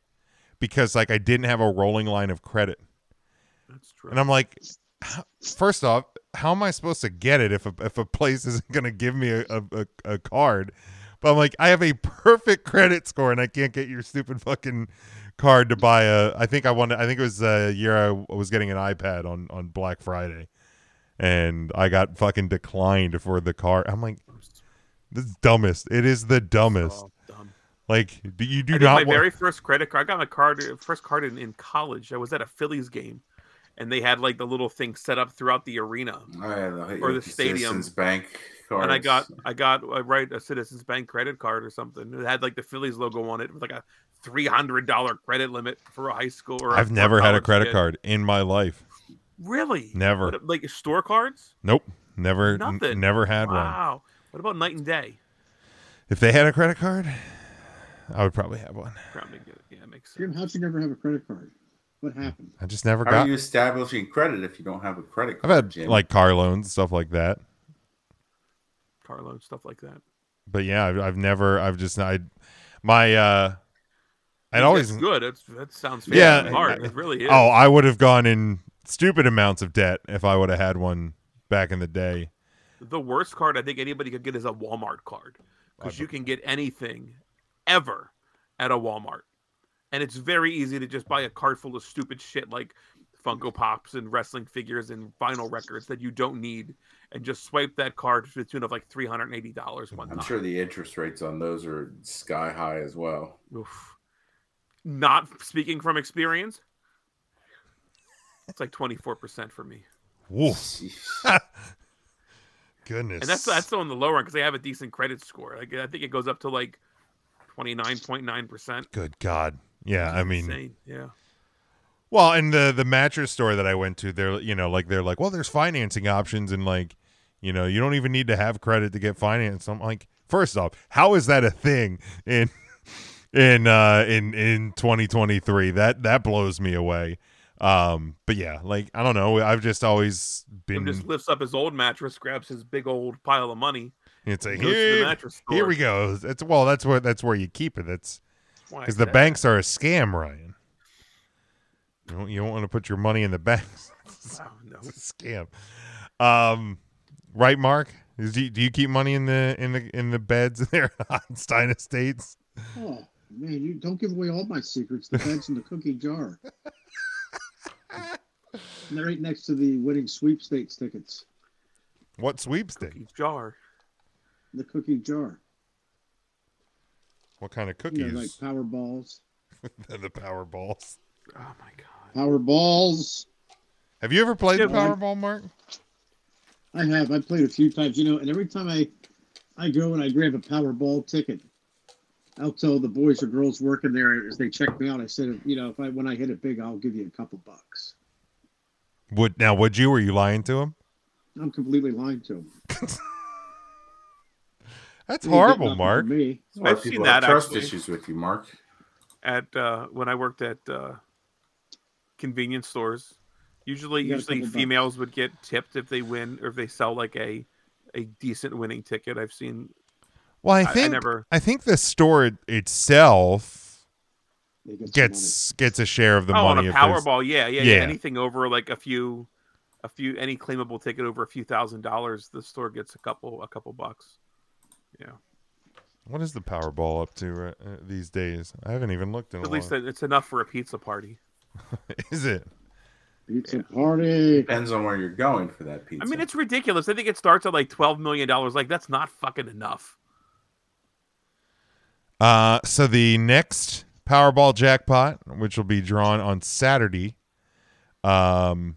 [SPEAKER 1] because like I didn't have a rolling line of credit.
[SPEAKER 4] That's true.
[SPEAKER 1] And I'm like, "How- first off, how am I supposed to get it if a, if a place isn't going to give me a, a, a, a card? But I'm like, I have a perfect credit score and I can't get your stupid fucking card to buy a. I think I wanted, I think it was a year I w- was getting an iPad on, on Black Friday and I got fucking declined for the card. I'm like, this is dumbest. It is the dumbest.
[SPEAKER 4] Oh, dumb.
[SPEAKER 1] Like, do you do
[SPEAKER 4] I think
[SPEAKER 1] not
[SPEAKER 4] my
[SPEAKER 1] wa-
[SPEAKER 4] very first credit card. I got my card uh, first card in, in college. I was at a Phillies game, and they had like the little thing set up throughout the arena.
[SPEAKER 3] Oh, yeah, they'll hit you
[SPEAKER 4] Or
[SPEAKER 3] with
[SPEAKER 4] the stadium.
[SPEAKER 3] Citizens Bank cards.
[SPEAKER 4] And I got I got I write a Citizens Bank credit card or something. It had like the Phillies logo on it with like a three hundred dollar credit limit for a high school or a-
[SPEAKER 1] I've
[SPEAKER 4] for
[SPEAKER 1] never had a
[SPEAKER 4] college
[SPEAKER 1] credit
[SPEAKER 4] kid.
[SPEAKER 1] card in my life.
[SPEAKER 4] Really?
[SPEAKER 1] Never.
[SPEAKER 4] What, like store cards?
[SPEAKER 1] Nope. Never, n-
[SPEAKER 4] Nothing.
[SPEAKER 1] never had one.
[SPEAKER 4] wow. What about night and day?
[SPEAKER 1] If they had a credit card, I would probably have one.
[SPEAKER 4] Probably good. Yeah, it makes sense.
[SPEAKER 2] Jim, how'd you never have a credit card? What happened?
[SPEAKER 1] I just never
[SPEAKER 3] How
[SPEAKER 1] got.
[SPEAKER 3] are you establishing credit if you don't have a credit
[SPEAKER 1] I've
[SPEAKER 3] card?
[SPEAKER 1] had
[SPEAKER 3] Jim?
[SPEAKER 1] like car loans, stuff like that.
[SPEAKER 4] Car loan stuff like that.
[SPEAKER 1] But yeah, I've, I've never. I've just. I, my. uh I'd
[SPEAKER 4] That's
[SPEAKER 1] always.
[SPEAKER 4] good. That's, that sounds
[SPEAKER 1] Yeah,
[SPEAKER 4] yeah hard.
[SPEAKER 3] I-
[SPEAKER 4] it really is.
[SPEAKER 1] Oh, I would have gone in stupid amounts of debt if I would have had one back in the day.
[SPEAKER 4] the worst card I think anybody could get is a Walmart card because you can get anything ever at a Walmart, and it's very easy to just buy a cart full of stupid shit like Funko Pops and wrestling figures and vinyl records that you don't need, and just swipe that card to the tune of like three hundred and eighty dollars one
[SPEAKER 3] I'm
[SPEAKER 4] time.
[SPEAKER 3] sure the interest rates on those are sky high as well.
[SPEAKER 4] Oof. Not speaking from experience. It's like twenty four percent for me,
[SPEAKER 1] Woof. Goodness.
[SPEAKER 4] and that's that's still on the lower end because they have a decent credit score. Like I think it goes up to like twenty nine point nine percent.
[SPEAKER 1] good God. Yeah, I mean,
[SPEAKER 4] yeah,
[SPEAKER 1] well, and the the mattress store that I went to, they're you know like they're like, well, there's financing options, and like, you know, you don't even need to have credit to get financed. I'm like, first off, how is that a thing in in uh in in 2023? That that blows me away. Um, but yeah, like I don't know. I've just always
[SPEAKER 4] Tim
[SPEAKER 1] been.
[SPEAKER 4] just lifts up his old mattress, grabs his big old pile of money,
[SPEAKER 1] it's a
[SPEAKER 4] goes to the
[SPEAKER 1] here,
[SPEAKER 4] mattress store.
[SPEAKER 1] here we go. It's well, that's where that's where you keep it. That's
[SPEAKER 4] Why
[SPEAKER 1] because
[SPEAKER 4] is
[SPEAKER 1] the
[SPEAKER 4] that?
[SPEAKER 1] banks are a scam, Ryan. You don't, you don't want to put your money in the banks.
[SPEAKER 4] Oh, no.
[SPEAKER 1] It's a scam. Um, right, Mark? Is, do, you, do you keep money in the in the in the beds there at Einstein Estates?
[SPEAKER 2] Oh man, you don't give away all my secrets. The bed's in the cookie jar. And they're right next to the winning sweepstakes tickets.
[SPEAKER 1] What sweepstakes?
[SPEAKER 4] Cookie jar.
[SPEAKER 2] The cookie jar.
[SPEAKER 1] What kind of
[SPEAKER 2] You
[SPEAKER 1] cookies?
[SPEAKER 2] know, like power balls.
[SPEAKER 1] the Powerballs.
[SPEAKER 4] Oh my god.
[SPEAKER 2] Power balls.
[SPEAKER 1] Have you ever played the
[SPEAKER 4] Yeah,
[SPEAKER 2] Mark.
[SPEAKER 1] Powerball, Mark?
[SPEAKER 2] I have. I played a few times, you know, and every time I, I go and I grab a Powerball ticket, I'll tell the boys or girls working there as they check me out. I said, you know, if I when I hit it big, I'll give you a couple bucks.
[SPEAKER 1] Would now? Would you? Were you lying to him?
[SPEAKER 2] I'm completely lying to them.
[SPEAKER 1] That's horrible, Mark.
[SPEAKER 2] Me.
[SPEAKER 3] That's why
[SPEAKER 4] I've seen
[SPEAKER 3] people have
[SPEAKER 4] that,
[SPEAKER 3] trust
[SPEAKER 4] actually.
[SPEAKER 3] issues with you, Mark.
[SPEAKER 4] At uh, when I worked at uh, convenience stores, usually
[SPEAKER 2] You got a
[SPEAKER 4] usually
[SPEAKER 2] couple bucks.
[SPEAKER 4] females would get tipped if they win or if they sell like a a decent winning ticket. I've seen.
[SPEAKER 1] Well, I
[SPEAKER 4] I- I
[SPEAKER 1] think I,
[SPEAKER 4] never-
[SPEAKER 1] think the store it- itself
[SPEAKER 2] They get some
[SPEAKER 1] gets gets a share of the
[SPEAKER 4] oh, on
[SPEAKER 1] money.
[SPEAKER 4] a
[SPEAKER 1] if there's-
[SPEAKER 4] Powerball, yeah, yeah, yeah,
[SPEAKER 1] Yeah.
[SPEAKER 4] Anything over like a few, a few, any claimable ticket over a few thousand dollars, the store gets a couple, a couple bucks.
[SPEAKER 1] What is the Powerball up to right, uh, these days? I haven't even looked in a
[SPEAKER 4] At least
[SPEAKER 1] while.
[SPEAKER 4] it- it's enough for a pizza party.
[SPEAKER 1] is it?
[SPEAKER 2] money. Pizza party.
[SPEAKER 3] Depends on where you're going for that pizza.
[SPEAKER 4] I mean, it's ridiculous. I think it starts at like twelve million dollars. Like that's not fucking enough.
[SPEAKER 1] Uh, so the next Powerball jackpot, which will be drawn on Saturday, um,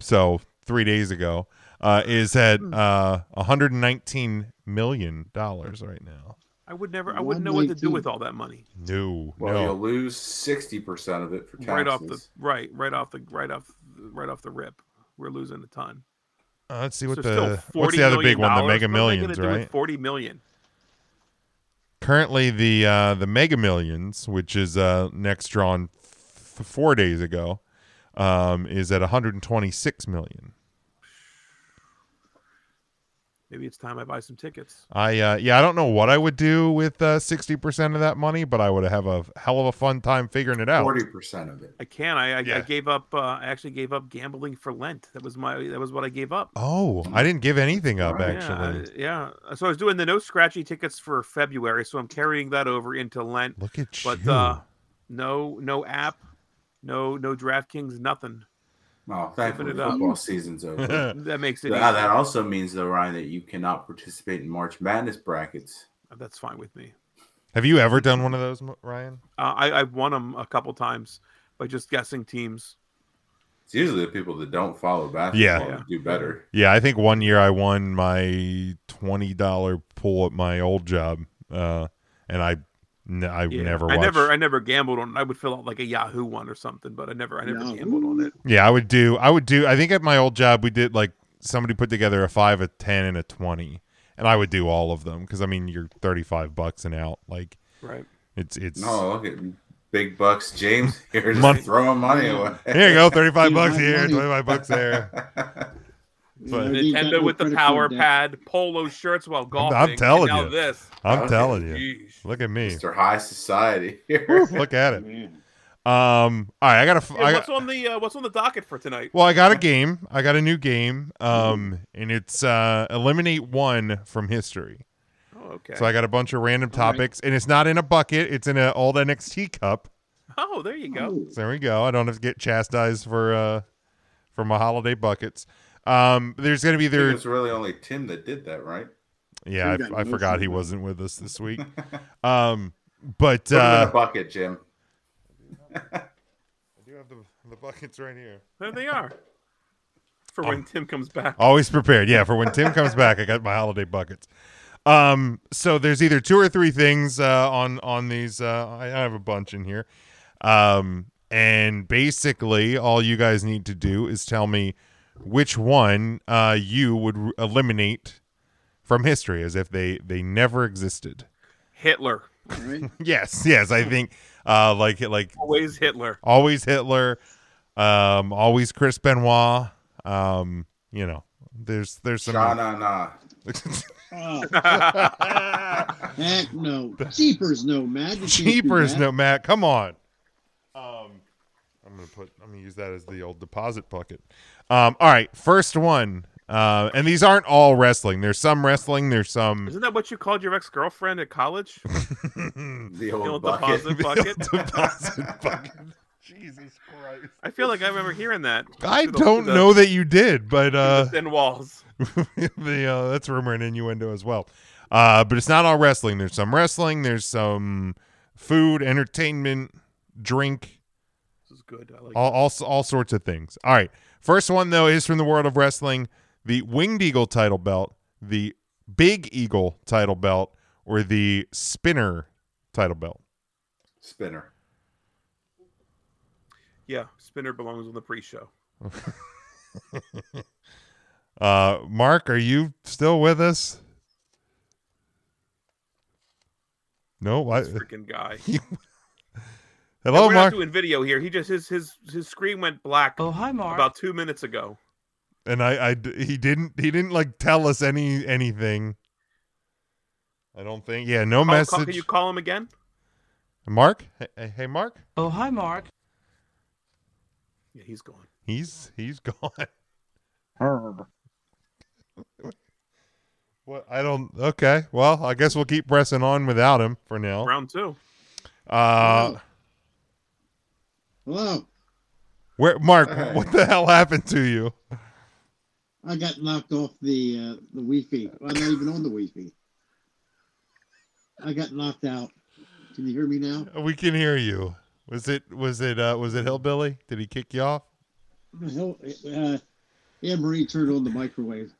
[SPEAKER 1] so three days ago, uh, is at
[SPEAKER 4] Hmm.
[SPEAKER 1] uh 119 million dollars right now.
[SPEAKER 4] I would never. I wouldn't know what to do
[SPEAKER 2] 119.
[SPEAKER 4] with all that money.
[SPEAKER 1] No,
[SPEAKER 3] well, you'll
[SPEAKER 1] no,
[SPEAKER 3] lose sixty percent of it for taxes.
[SPEAKER 4] Right off the right, right off the right off right off the rip. We're losing a ton.
[SPEAKER 1] uh, let's see what
[SPEAKER 4] So
[SPEAKER 1] the
[SPEAKER 4] still
[SPEAKER 1] what's
[SPEAKER 4] 40
[SPEAKER 1] the other
[SPEAKER 4] million
[SPEAKER 1] big one, the
[SPEAKER 4] dollars.
[SPEAKER 1] Mega
[SPEAKER 4] What am I gonna
[SPEAKER 1] Millions,
[SPEAKER 4] do with
[SPEAKER 1] right?
[SPEAKER 4] Forty million.
[SPEAKER 1] Currently, the uh, the Mega Millions, which is uh next drawn f- four days ago, um, is at 126 million.
[SPEAKER 4] Maybe it's time I buy some tickets.
[SPEAKER 1] I uh, yeah, I don't know what I would do with uh, sixty percent of that money, but I would have a hell of a fun time figuring it out.
[SPEAKER 3] forty percent of it.
[SPEAKER 4] I can. I I, I
[SPEAKER 1] Yeah.
[SPEAKER 4] gave up. Uh, I actually gave up gambling for Lent. That was my. That was what I gave up.
[SPEAKER 1] Oh, I didn't give anything up
[SPEAKER 3] Right.
[SPEAKER 1] actually.
[SPEAKER 4] Yeah, I- yeah. So I was doing the no scratchy tickets for February. So I'm carrying that over into Lent.
[SPEAKER 1] Look at
[SPEAKER 4] But
[SPEAKER 1] you.
[SPEAKER 4] uh, no, no app, no, no DraftKings, nothing.
[SPEAKER 3] Oh, thankfully,
[SPEAKER 4] it up.
[SPEAKER 3] football season's over.
[SPEAKER 4] That makes it.
[SPEAKER 3] Yeah,
[SPEAKER 4] easy.
[SPEAKER 3] that also means though, Ryan, that you cannot participate in March Madness brackets.
[SPEAKER 4] Uh, That's fine with me.
[SPEAKER 1] have you ever done one of those, M- Ryan?
[SPEAKER 4] Uh, I, I've won them a couple times by just guessing teams.
[SPEAKER 3] It's usually the people that don't follow basketball
[SPEAKER 1] Yeah.
[SPEAKER 3] that do better.
[SPEAKER 1] Yeah, I think one year I won my twenty dollar pool at my old job, uh, and I n- I
[SPEAKER 4] Yeah.
[SPEAKER 1] never
[SPEAKER 4] I
[SPEAKER 1] watched.
[SPEAKER 4] never, I never gambled on. it. I would fill out like a Yahoo one or something, but I never, I never
[SPEAKER 2] Yahoo.
[SPEAKER 4] gambled on it.
[SPEAKER 1] yeah, I would do. I would do. I think at my old job we did like somebody put together a five, a ten, and a twenty, and I would do all of them because I mean you're thirty five bucks and out. Like
[SPEAKER 4] Right.
[SPEAKER 1] it's it's.
[SPEAKER 3] No, look at big bucks, James. Here, just
[SPEAKER 1] Money.
[SPEAKER 3] throwing money away.
[SPEAKER 1] Here you go, thirty-five
[SPEAKER 2] Dude,
[SPEAKER 1] bucks
[SPEAKER 2] my
[SPEAKER 1] here,
[SPEAKER 2] money.
[SPEAKER 1] twenty-five bucks there. But-
[SPEAKER 2] You know, they've got
[SPEAKER 4] Nintendo
[SPEAKER 2] no
[SPEAKER 4] with the
[SPEAKER 2] credit
[SPEAKER 4] power
[SPEAKER 2] card debt.
[SPEAKER 4] pad, polo shirts while golfing. and
[SPEAKER 1] telling
[SPEAKER 4] now
[SPEAKER 1] you.
[SPEAKER 4] this.
[SPEAKER 1] I'm
[SPEAKER 3] Okay.
[SPEAKER 1] telling you.
[SPEAKER 4] Jeez.
[SPEAKER 1] Look at me.
[SPEAKER 3] Mr. High Society here.
[SPEAKER 1] Look at it.
[SPEAKER 2] Man.
[SPEAKER 1] Um. All right. I got a.
[SPEAKER 4] Yeah,
[SPEAKER 1] I
[SPEAKER 4] what's
[SPEAKER 1] got,
[SPEAKER 4] on the uh, what's on the docket for tonight?
[SPEAKER 1] well, I got a game. I got a new game. Um, and it's uh eliminate one from history.
[SPEAKER 4] Oh, okay.
[SPEAKER 1] So I got a bunch of random
[SPEAKER 2] All right.
[SPEAKER 1] topics, and it's not in a bucket. It's in an old NXT cup.
[SPEAKER 4] oh, there you go.
[SPEAKER 2] Oh,
[SPEAKER 1] So there we go. I don't have to get chastised for uh for my holiday buckets. Um, there's gonna be there.
[SPEAKER 3] It's really only Tim that did that, right?
[SPEAKER 1] Yeah,
[SPEAKER 2] Tim got
[SPEAKER 1] I, I forgot he
[SPEAKER 2] emotional.
[SPEAKER 1] wasn't with us this week. Um, but
[SPEAKER 3] Put him in
[SPEAKER 1] uh,
[SPEAKER 3] a bucket, Jim.
[SPEAKER 1] I do have the The bucket's right here.
[SPEAKER 4] There they are. For
[SPEAKER 1] Oh.
[SPEAKER 4] when Tim comes back.
[SPEAKER 1] Always prepared. Yeah, for when Tim comes back, I got my holiday buckets. Um, so there's either two or three things uh, on on these. Uh, I I have a bunch in here, um, and basically all you guys need to do is tell me which one uh, you would r- eliminate from history, as if they they never existed.
[SPEAKER 4] Hitler.
[SPEAKER 2] All right.
[SPEAKER 1] Yes, yes, I think uh, like like
[SPEAKER 4] Always Hitler.
[SPEAKER 1] always Hitler, um, always Chris Benoit. Um, you know, there's there's some.
[SPEAKER 3] Sha na na.
[SPEAKER 2] Oh,
[SPEAKER 4] That's
[SPEAKER 2] heck no. Jeepers no, Matt. You can't do
[SPEAKER 1] Cheapers,
[SPEAKER 2] that.
[SPEAKER 1] no Matt. Come on. Um, I'm gonna put. I'm gonna use that as the old deposit bucket. Um, all right, first one. Uh, and these aren't all wrestling. There's some wrestling. There's some
[SPEAKER 4] Isn't that what you called your ex girlfriend at college?
[SPEAKER 3] The
[SPEAKER 4] You know,
[SPEAKER 3] old bucket.
[SPEAKER 4] deposit bucket.
[SPEAKER 1] deposit bucket. Jesus Christ!
[SPEAKER 4] I feel like I remember hearing that.
[SPEAKER 1] I
[SPEAKER 4] Through the-
[SPEAKER 1] don't
[SPEAKER 4] the-
[SPEAKER 1] know that you did, but
[SPEAKER 4] through
[SPEAKER 1] uh,
[SPEAKER 4] the thin walls.
[SPEAKER 1] the uh, that's rumor and innuendo as well. Uh, but it's not all wrestling. There's some wrestling. There's some food, entertainment, drink,
[SPEAKER 4] This is good. I like.
[SPEAKER 1] all, all all sorts of things. All right. First one though is from the world of wrestling: the Winged Eagle title belt, the Big Eagle title belt, or the Spinner title belt.
[SPEAKER 3] Spinner.
[SPEAKER 4] yeah, Spinner belongs on the pre-show.
[SPEAKER 1] Uh, Mark, are you still with us? No, I,
[SPEAKER 4] This freaking guy.
[SPEAKER 1] hello,
[SPEAKER 4] we're
[SPEAKER 1] Mark.
[SPEAKER 4] not doing video here. He just his his his screen went black
[SPEAKER 5] Oh, hi, Mark.
[SPEAKER 4] about two minutes ago.
[SPEAKER 1] and I, I d- he didn't he didn't like tell us any anything i don't think yeah no
[SPEAKER 4] Oh, Call,
[SPEAKER 1] message
[SPEAKER 4] call, can you call him again?
[SPEAKER 1] mark hey, hey mark
[SPEAKER 5] oh, hi, Mark.
[SPEAKER 4] Yeah, he's gone.
[SPEAKER 1] he's he's gone
[SPEAKER 2] Herb.
[SPEAKER 1] what i don't okay well i guess we'll keep pressing on without him for now
[SPEAKER 4] Round two.
[SPEAKER 1] uh
[SPEAKER 2] Hello.
[SPEAKER 1] where mark
[SPEAKER 3] Hey.
[SPEAKER 1] what the hell happened to you
[SPEAKER 2] I got knocked off the uh, the Wi-Fi. I'm not even on the Wi-Fi. I got knocked out. Can you hear me now?
[SPEAKER 1] we can hear you was it was it uh was it hillbilly did he kick you off
[SPEAKER 2] Hell, uh, Anne Marie turned on the microwave.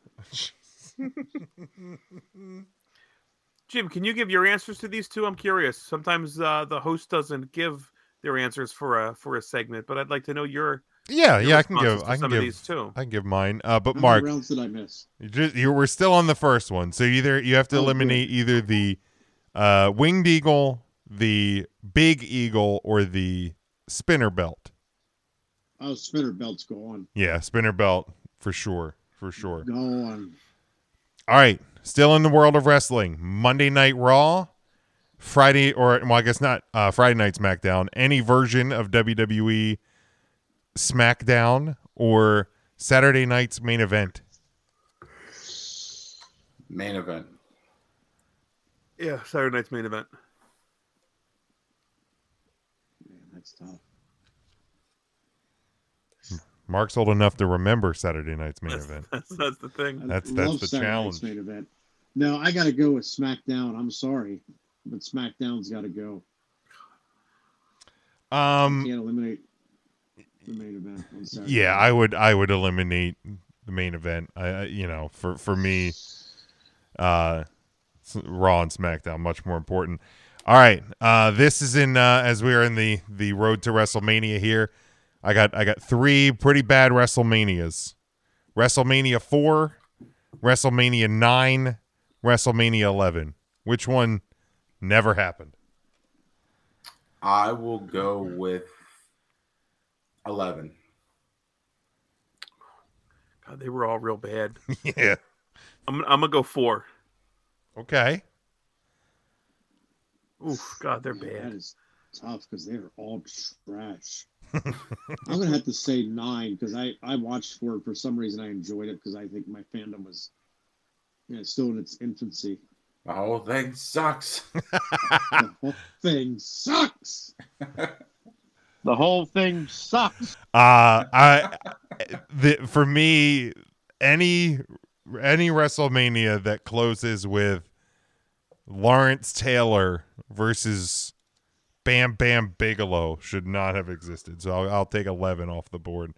[SPEAKER 4] Jim, can you give your answers to these two? I'm curious. Sometimes uh, the host doesn't give their answers for a for a segment, but I'd like to know your,
[SPEAKER 1] yeah
[SPEAKER 4] your
[SPEAKER 1] yeah i can
[SPEAKER 4] responses
[SPEAKER 1] give
[SPEAKER 4] to
[SPEAKER 1] i can
[SPEAKER 4] some of these
[SPEAKER 1] give
[SPEAKER 4] too.
[SPEAKER 1] i can give mine uh but
[SPEAKER 2] How many
[SPEAKER 1] mark
[SPEAKER 2] rounds did I miss?
[SPEAKER 1] You just you we're still on the first one. So either you have to
[SPEAKER 2] Oh, good.
[SPEAKER 1] eliminate either the uh, winged eagle, the big eagle, or the spinner belt.
[SPEAKER 2] Oh, spinner belt's gone.
[SPEAKER 1] Yeah, spinner belt for sure, for sure.
[SPEAKER 2] Gone.
[SPEAKER 1] All right, still in the world of wrestling. Monday Night Raw, Friday, or well, I guess not uh, Friday Night SmackDown. Any version of WWE SmackDown or Saturday Night's main event.
[SPEAKER 3] Main event.
[SPEAKER 4] Yeah, Saturday night's main event.
[SPEAKER 2] Man, that's tough.
[SPEAKER 1] Mark's old enough to remember Saturday Night's main event.
[SPEAKER 4] That's, that's the thing.
[SPEAKER 1] That's-
[SPEAKER 2] I
[SPEAKER 1] that's
[SPEAKER 2] love
[SPEAKER 1] the
[SPEAKER 2] Saturday night's
[SPEAKER 1] challenge.
[SPEAKER 2] Main event. No, I got to go with SmackDown. I'm sorry, but SmackDown's got to go.
[SPEAKER 1] Um,
[SPEAKER 2] Can't eliminate the main event. On Saturday
[SPEAKER 1] yeah
[SPEAKER 2] night.
[SPEAKER 1] i would i would eliminate the main event i I- you know for for me uh s- raw and smackdown much more important all right uh this is in uh as we are in the the road to wrestlemania here i got i got three pretty bad wrestlemanias wrestlemania 4 wrestlemania 9 wrestlemania 11 which one never happened
[SPEAKER 3] I will go with eleven.
[SPEAKER 4] God, they were all real bad.
[SPEAKER 1] yeah
[SPEAKER 4] I'm I'm gonna go four.
[SPEAKER 1] okay
[SPEAKER 4] Oof, God, they're
[SPEAKER 2] Man, That
[SPEAKER 4] bad.
[SPEAKER 2] is tough because they're all trash. I'm gonna have to say nine because I I watched for it for some reason I enjoyed it because I think my fandom was you know, still in its infancy.
[SPEAKER 3] The whole thing sucks.
[SPEAKER 2] the whole thing sucks. the whole thing sucks.
[SPEAKER 1] Uh I the, for me any any WrestleMania that closes with Lawrence Taylor versus Bam Bam Bigelow should not have existed. So I'll, I'll take 11 off the board.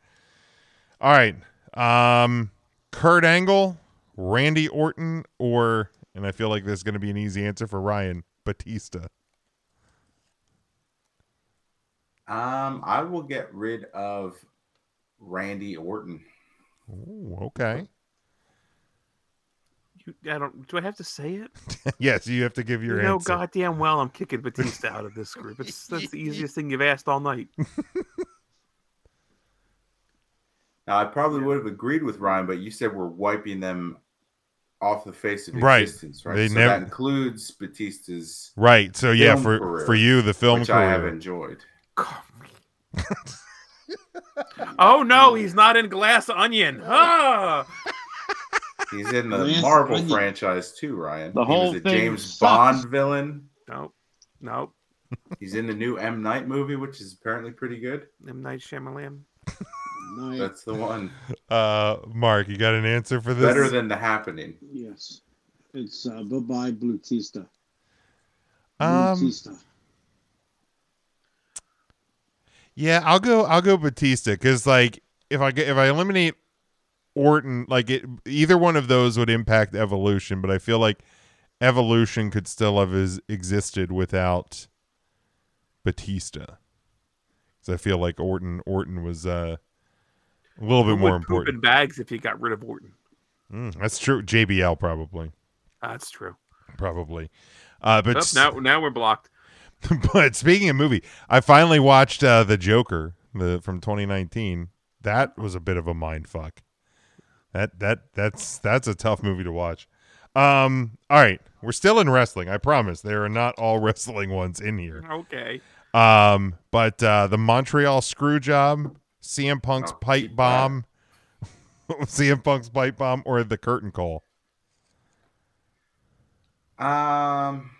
[SPEAKER 1] All right. Um, Kurt Angle, Randy Orton, or, and I feel like this is going to be an easy answer for Ryan, Batista.
[SPEAKER 3] Um, I will get rid of Randy Orton.
[SPEAKER 1] Ooh, okay.
[SPEAKER 4] You, I don't. Do I have to say it?
[SPEAKER 1] yes, you have to give your
[SPEAKER 4] you know,
[SPEAKER 1] answer.
[SPEAKER 4] goddamn well, I'm kicking Batista out of this group. It's that's the easiest thing you've asked all night.
[SPEAKER 3] Now, I probably would have agreed with Ryan, but you said we're wiping them off the face of
[SPEAKER 1] Right.
[SPEAKER 3] existence, right?
[SPEAKER 1] They
[SPEAKER 3] so
[SPEAKER 1] never-
[SPEAKER 3] that includes Batista's,
[SPEAKER 1] Right. So yeah,
[SPEAKER 3] Film
[SPEAKER 1] for
[SPEAKER 3] career,
[SPEAKER 1] for you, the film
[SPEAKER 3] which I have
[SPEAKER 1] career.
[SPEAKER 3] enjoyed.
[SPEAKER 4] Oh no, he's not in Glass Onion. Ah!
[SPEAKER 3] He's in the
[SPEAKER 2] Lance
[SPEAKER 3] Marvel
[SPEAKER 2] Onion.
[SPEAKER 3] franchise too, Ryan.
[SPEAKER 2] The
[SPEAKER 3] he
[SPEAKER 2] whole
[SPEAKER 3] was a
[SPEAKER 2] thing
[SPEAKER 3] James
[SPEAKER 2] sucks.
[SPEAKER 3] Bond villain.
[SPEAKER 4] Nope. Nope.
[SPEAKER 3] He's in the new M Night movie, which is apparently pretty good.
[SPEAKER 4] M. Night Shyamalan.
[SPEAKER 2] My,
[SPEAKER 3] That's the one.
[SPEAKER 1] Uh, Mark, you got an answer for this?
[SPEAKER 3] Better than the happening.
[SPEAKER 2] yes, it's uh, bye bye Blutista.
[SPEAKER 1] um,
[SPEAKER 2] Blutista.
[SPEAKER 1] yeah, I'll go. I'll go Batista because like if I get- if I eliminate Orton, like it, either one of those would impact Evolution, but I feel like Evolution could still have is, existed without Batista. Because I feel like Orton Orton was uh, a little bit
[SPEAKER 4] Who
[SPEAKER 1] more
[SPEAKER 4] would poop
[SPEAKER 1] important.
[SPEAKER 4] in bags if you got rid of Orton.
[SPEAKER 1] Mm, that's true. JBL probably
[SPEAKER 4] That's true.
[SPEAKER 1] probably. Uh, but
[SPEAKER 4] Oh,
[SPEAKER 1] s-
[SPEAKER 4] now, now we're blocked.
[SPEAKER 1] but speaking of movie, I finally watched uh, the Joker, the from 2019. That was a bit of a mind fuck. That that that's that's a tough movie to watch. Um, all right, we're still in wrestling. I promise there are not all wrestling ones in here.
[SPEAKER 4] Okay.
[SPEAKER 1] Um, but uh, the Montreal Screwjob, CM Punk's
[SPEAKER 3] Oh,
[SPEAKER 1] pipe
[SPEAKER 3] keep that.
[SPEAKER 1] bomb, CM Punk's pipe bomb, or the curtain call.
[SPEAKER 3] Um,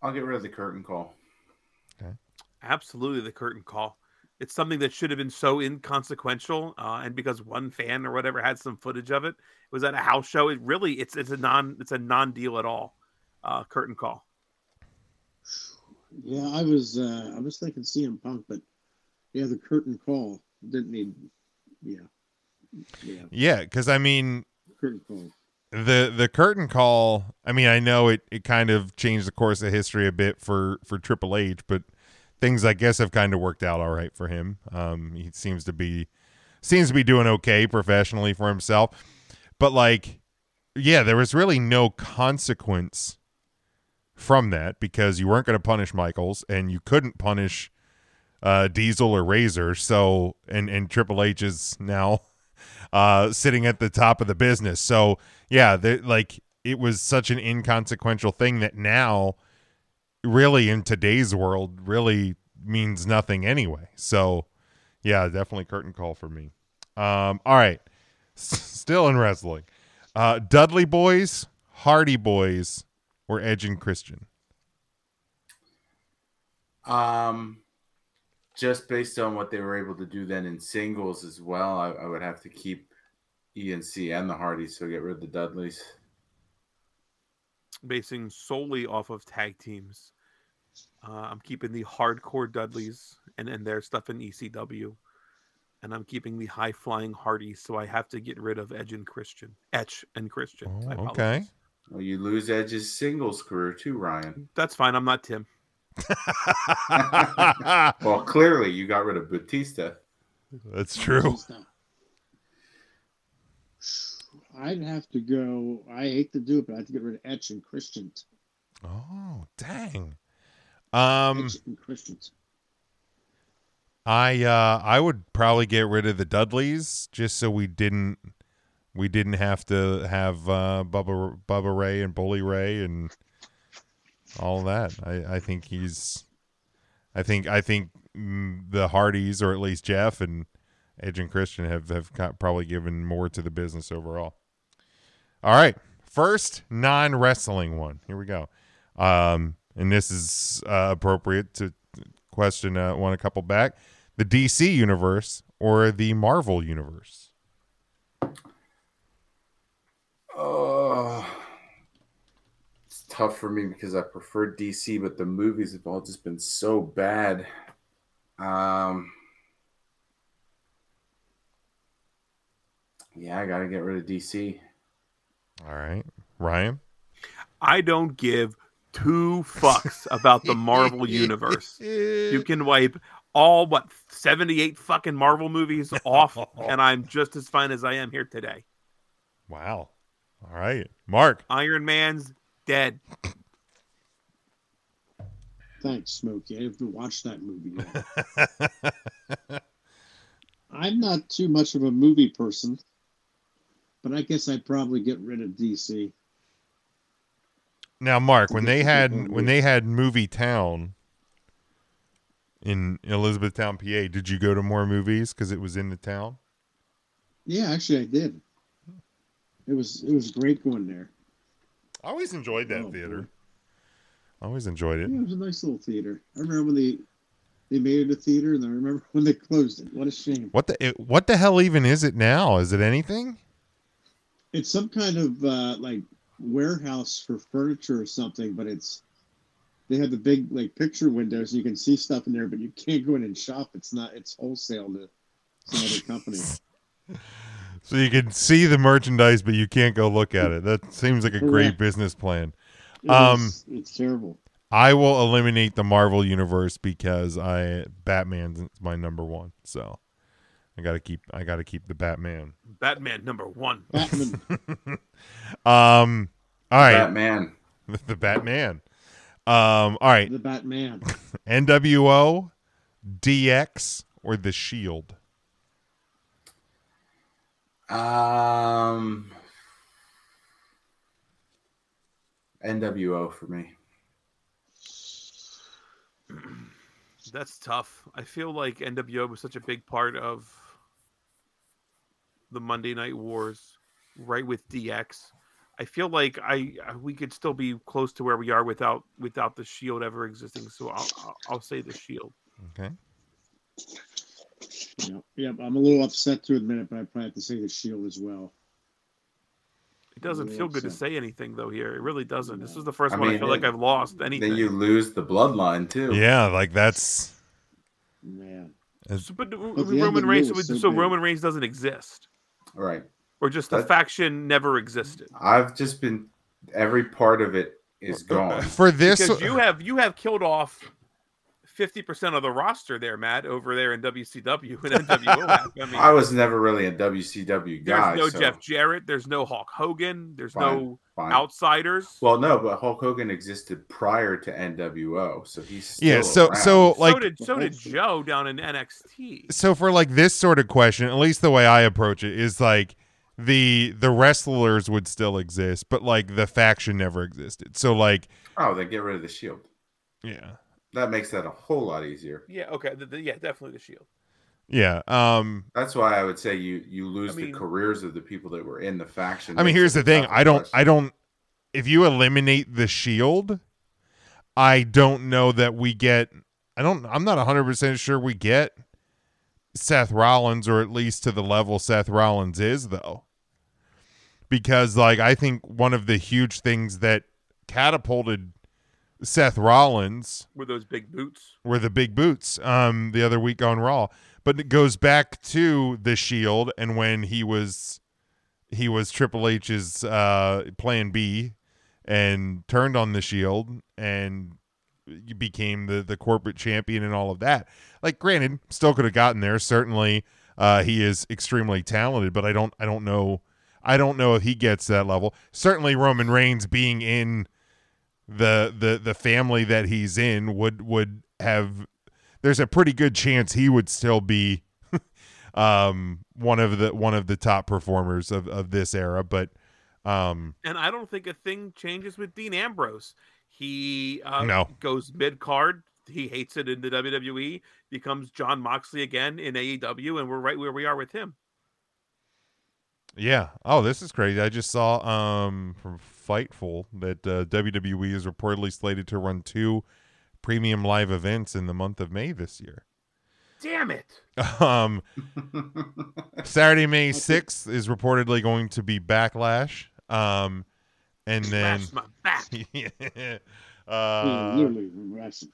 [SPEAKER 3] I'll get rid of the curtain call.
[SPEAKER 4] Absolutely, the curtain call. It's something that should have been so inconsequential, uh, and because one fan or whatever had some footage of it, it was at a house show. It really, it's it's a non it's a non deal at all. Uh, curtain call.
[SPEAKER 2] Yeah, I was uh, I was thinking CM Punk, but yeah, the curtain call didn't need. Yeah, yeah,
[SPEAKER 1] Yeah, because I mean,
[SPEAKER 2] curtain call.
[SPEAKER 1] the the curtain call i mean i know it it kind of changed the course of history a bit for for triple h but things i guess have kind of worked out all right for him um he seems to be seems to be doing okay professionally for himself but like yeah there was really no consequence from that because you weren't going to punish michaels and you couldn't punish uh diesel or razor so and and triple h is now uh sitting at the top of the business so yeah, the, like it was such an inconsequential thing that now, really in today's world, really means nothing anyway. So, yeah, definitely curtain call for me. Um, all right, S- still in wrestling, uh, Dudley Boys, Hardy Boys, or Edge and Christian.
[SPEAKER 3] Um, just based on what they were able to do then in singles as well, I, I would have to keep ENC and the Hardys, so get rid of the Dudleys.
[SPEAKER 4] basing solely off of tag teams. Uh, I'm keeping the hardcore Dudleys and, and their stuff in ECW. And I'm keeping the high flying Hardys, so I have to get rid of Edge and Christian. Etch and Christian.
[SPEAKER 1] Oh, okay.
[SPEAKER 4] I apologize.
[SPEAKER 3] Well, you lose Edge's singles career too, Ryan.
[SPEAKER 4] That's fine. I'm not Tim.
[SPEAKER 3] Well, clearly you got rid of Batista.
[SPEAKER 1] That's true.
[SPEAKER 2] I'd have to go. I hate to do it, but I have to get rid of Etch and Christian.
[SPEAKER 1] Oh, dang. Um,
[SPEAKER 2] Etch and Christian.
[SPEAKER 1] I uh I would probably get rid of the Dudleys just so we didn't we didn't have to have uh Bubba Bubba Ray and Bully Ray and all that. I I think he's I think I think mm, the Hardys or at least Jeff and Edge and Christian have have got, probably given more to the business overall. All right. First non wrestling one. Here we go. Um and this is uh, appropriate to question uh, one a couple back the DC universe or the Marvel universe?
[SPEAKER 3] Oh, it's tough for me because I prefer DC, but the movies have all just been so bad. Um, yeah, I gotta get rid of DC.
[SPEAKER 1] All right, Ryan.
[SPEAKER 4] I don't give two fucks about the Marvel universe. You can wipe all what 78 fucking Marvel movies off and I'm just as fine as I am here today.
[SPEAKER 1] Wow. All right, Mark.
[SPEAKER 4] Iron Man's dead.
[SPEAKER 2] Thanks, Smokey. I haven't watched that movie yet. I'm not too much of a movie person, but I guess I'd probably get rid of DC.
[SPEAKER 1] Now, Mark, when they had when they had Movie Town in Elizabethtown, PA, did you go to more movies because it was in the town?
[SPEAKER 2] Yeah, actually, I did. It was it was great going there.
[SPEAKER 1] I always enjoyed that
[SPEAKER 4] Mm-hmm.
[SPEAKER 2] Oh,
[SPEAKER 1] theater.
[SPEAKER 2] boy.
[SPEAKER 1] I always enjoyed it.
[SPEAKER 2] Yeah, it was a nice little theater. I remember when they they made it a theater, and I remember when they closed it. What a shame!
[SPEAKER 1] What the it, what the hell even is it now? Is it anything?
[SPEAKER 2] It's some kind of uh, like warehouse for furniture or something, but it's they have the big like picture windows, and you can see stuff in there, but you can't go in and shop. It's not it's wholesale to some other company.
[SPEAKER 1] So you can see the merchandise, but you can't go look at it. That seems like a great
[SPEAKER 2] Correct.
[SPEAKER 1] business plan.
[SPEAKER 2] It
[SPEAKER 1] Um,
[SPEAKER 2] was- it's terrible.
[SPEAKER 1] I will eliminate the Marvel universe because I Batman's my number one. So I gotta keep I gotta keep the Batman.
[SPEAKER 4] Batman number 1.
[SPEAKER 2] Batman,
[SPEAKER 1] Um all right.
[SPEAKER 3] Batman.
[SPEAKER 1] the Batman. Um all right.
[SPEAKER 2] the Batman.
[SPEAKER 1] NWO, DX, or the Shield.
[SPEAKER 3] Um, NWO for me.
[SPEAKER 4] That's tough. I feel like NWO was such a big part of the Monday Night Wars, right with DX. I feel like I I- we could still be close to where we are without without the Shield E ever existing. So I'll I'll, I'll say the Shield.
[SPEAKER 1] Okay.
[SPEAKER 2] Yep, yep, I'm a little upset to admit it, but I probably have to say the Shield as well.
[SPEAKER 4] It doesn't
[SPEAKER 2] Yeah,
[SPEAKER 4] feel good to
[SPEAKER 2] so-
[SPEAKER 4] say anything though here. It really doesn't. This is the first
[SPEAKER 3] I
[SPEAKER 4] one I
[SPEAKER 3] mean,
[SPEAKER 4] feel like I've lost
[SPEAKER 3] Then
[SPEAKER 4] anything.
[SPEAKER 3] you lose the bloodline too.
[SPEAKER 1] Yeah, like that's
[SPEAKER 2] Man,
[SPEAKER 4] So- but
[SPEAKER 2] the
[SPEAKER 4] Roman
[SPEAKER 2] NWO
[SPEAKER 4] Reigns, so,
[SPEAKER 2] was so
[SPEAKER 4] so
[SPEAKER 2] big.
[SPEAKER 4] Roman Reigns doesn't exist,
[SPEAKER 3] Right.
[SPEAKER 4] or just the
[SPEAKER 3] That-
[SPEAKER 4] faction never existed.
[SPEAKER 3] I've just been every part of it is gone.
[SPEAKER 1] for this. uh,
[SPEAKER 4] because you have you have killed off fifty percent of the roster there, Matt, over there in WCW and NWO. Matt. I mean,
[SPEAKER 3] I was never really a WCW
[SPEAKER 4] there's
[SPEAKER 3] guy.
[SPEAKER 4] no
[SPEAKER 3] Oh, so
[SPEAKER 4] Jeff Jarrett, there's no Hulk Hogan, there's no
[SPEAKER 3] fine.
[SPEAKER 4] outsiders.
[SPEAKER 3] Well, no, but Hulk Hogan existed prior to NWO, so he's still
[SPEAKER 1] Yeah, so-
[SPEAKER 3] around.
[SPEAKER 1] so, like-
[SPEAKER 4] so did so did Joe down in NXT.
[SPEAKER 1] so for like this sort of question, at least the way I approach it is like the the wrestlers would still exist, but like the faction never existed. So like
[SPEAKER 3] oh, then get rid of the Shield.
[SPEAKER 1] yeah.
[SPEAKER 3] That makes that a whole lot easier.
[SPEAKER 4] Yeah, okay, the, the- yeah, definitely the Shield.
[SPEAKER 1] Yeah. Um
[SPEAKER 3] That's why I would say you you lose
[SPEAKER 4] mean-
[SPEAKER 3] the careers of the people that were in the faction.
[SPEAKER 1] I mean
[SPEAKER 3] Makes
[SPEAKER 1] here's
[SPEAKER 3] it
[SPEAKER 1] the
[SPEAKER 3] a
[SPEAKER 1] thing.
[SPEAKER 3] tougher
[SPEAKER 1] I don't
[SPEAKER 3] question.
[SPEAKER 1] I don't if you eliminate the shield, I don't know that we get I don't I'm not 100% sure we get Seth Rollins or at least to the level Seth Rollins is though. Because like I think one of the huge things that catapulted Seth Rollins
[SPEAKER 4] Were those big boots?
[SPEAKER 1] were the big boots um the other week on Raw. But it goes back to the Shield and when he was he was Triple H's uh plan B and turned on the Shield and became the the corporate champion and all of that. Like granted, still could have gotten there. Certainly uh he is extremely talented, but I don't I don't know I don't know if he gets to that level. Certainly Roman Reigns being in the the the family that he's in would would have there's a pretty good chance he would still be um one of the one of the top performers of of this era but um
[SPEAKER 4] And I don't think a thing changes with Dean Ambrose. He uh,
[SPEAKER 1] No.
[SPEAKER 4] goes mid card. He hates it in the WWE. Becomes John Moxley again in AEW, and we're right where we are with him.
[SPEAKER 1] yeah oh this is crazy i just saw um from fightful that uh, wwe is reportedly slated to run two premium live events in the month of may this year
[SPEAKER 4] Damn it!
[SPEAKER 1] um Saturday, May 6th is reportedly going to be Backlash. Um, and then
[SPEAKER 4] Smash my back.
[SPEAKER 1] uh,
[SPEAKER 2] literally harassing.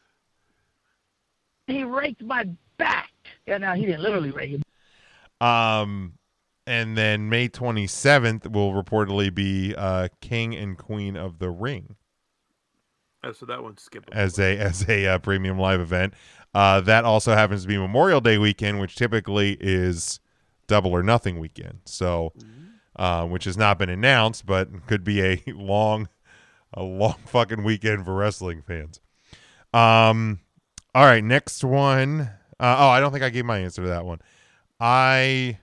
[SPEAKER 6] He raked my back. Yeah, now he didn't literally rake it,
[SPEAKER 1] um, and then May 27th will reportedly be uh, King and Queen of the Ring
[SPEAKER 4] Oh, so that one's skippable.
[SPEAKER 1] as a as a uh, premium live event. Uh, that also happens to be Memorial Day weekend, which typically is Double or Nothing weekend. So, uh, which has not been announced, but could be a long, a long fucking weekend for wrestling fans. Um, all right, next one. Uh, oh, I don't think I gave my answer to that one. I,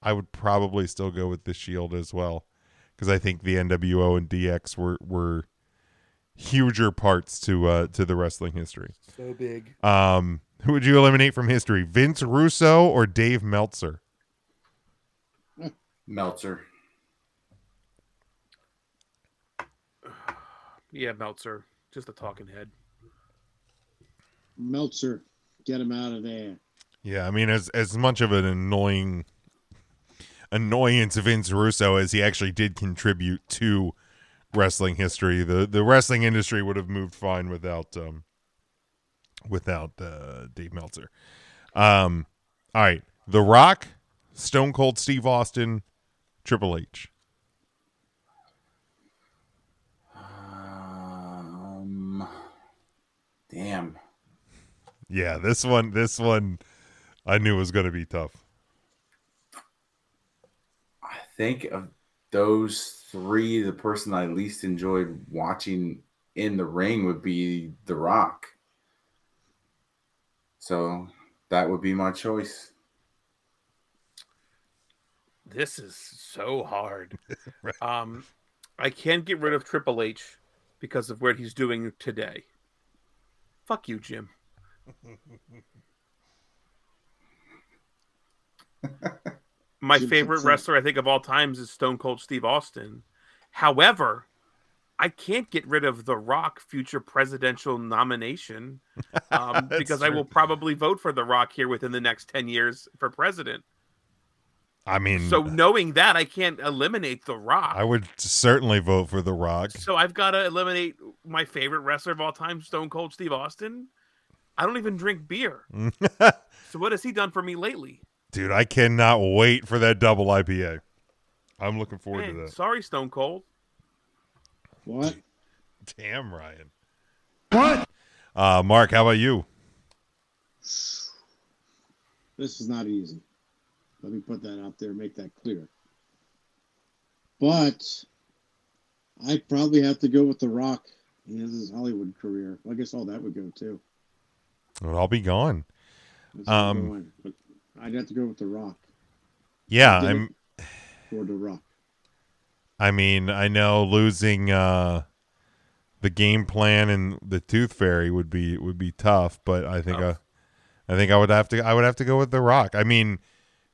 [SPEAKER 1] I would probably still go with the Shield as well, because I think the NWO and DX were were huger parts to uh to the wrestling history.
[SPEAKER 7] So big.
[SPEAKER 1] Um, who would you eliminate from history, Vince Russo or Dave Meltzer?
[SPEAKER 3] Meltzer.
[SPEAKER 4] yeah, Meltzer, just a talking head.
[SPEAKER 2] Meltzer, get him out of there.
[SPEAKER 1] Yeah, I mean, as as much of an annoying annoyance Vince Russo as he actually did contribute to wrestling history, the the wrestling industry would have moved fine without um without uh, Dave Meltzer. Um, all right, The Rock, Stone Cold Steve Austin, Triple H.
[SPEAKER 3] Um, damn.
[SPEAKER 1] Yeah, this one, this one, I knew was going to be tough.
[SPEAKER 3] I think of those three, the person I least enjoyed watching in the ring would be The Rock. So that would be my choice.
[SPEAKER 4] This is so hard. Um, I can't get rid of Triple H because of what he's doing today. Fuck you, Jim. My
[SPEAKER 2] Jim
[SPEAKER 4] favorite
[SPEAKER 2] Simpson.
[SPEAKER 4] wrestler, I think, of all times is Stone Cold Steve Austin. However, I can't get rid of The Rock future presidential nomination um,
[SPEAKER 1] That's
[SPEAKER 4] because I
[SPEAKER 1] true.
[SPEAKER 4] will probably vote for The Rock here within the next 10 years for president.
[SPEAKER 1] I mean,
[SPEAKER 4] So, knowing that, I can't eliminate The Rock.
[SPEAKER 1] I would certainly vote for The Rock.
[SPEAKER 4] So I've got to eliminate my favorite wrestler of all time, Stone Cold Steve Austin. I don't even drink beer. so what has he done for me lately?
[SPEAKER 1] Dude, I cannot wait for that double IPA. I'm looking forward
[SPEAKER 4] Man,
[SPEAKER 1] to
[SPEAKER 4] sorry, Stone Cold.
[SPEAKER 2] What?
[SPEAKER 1] that. Damn, Ryan. What? Uh, Mark, how about you?
[SPEAKER 2] This is not easy. Let me put that out there, make that clear. But I probably have to go with The Rock. He has his Hollywood career. Well, I guess all that would go too.
[SPEAKER 1] Well, I'll be gone.
[SPEAKER 2] That's where I'm
[SPEAKER 1] Um,
[SPEAKER 2] going. But I'd have to go with The Rock.
[SPEAKER 1] Yeah,
[SPEAKER 2] Did it
[SPEAKER 1] I'm.
[SPEAKER 2] for The Rock.
[SPEAKER 1] I mean, I know losing uh, the game plan and the Tooth Fairy would be would be tough, but I think
[SPEAKER 4] Tough.
[SPEAKER 1] I, I think I would have to I would have to go with The Rock. I mean,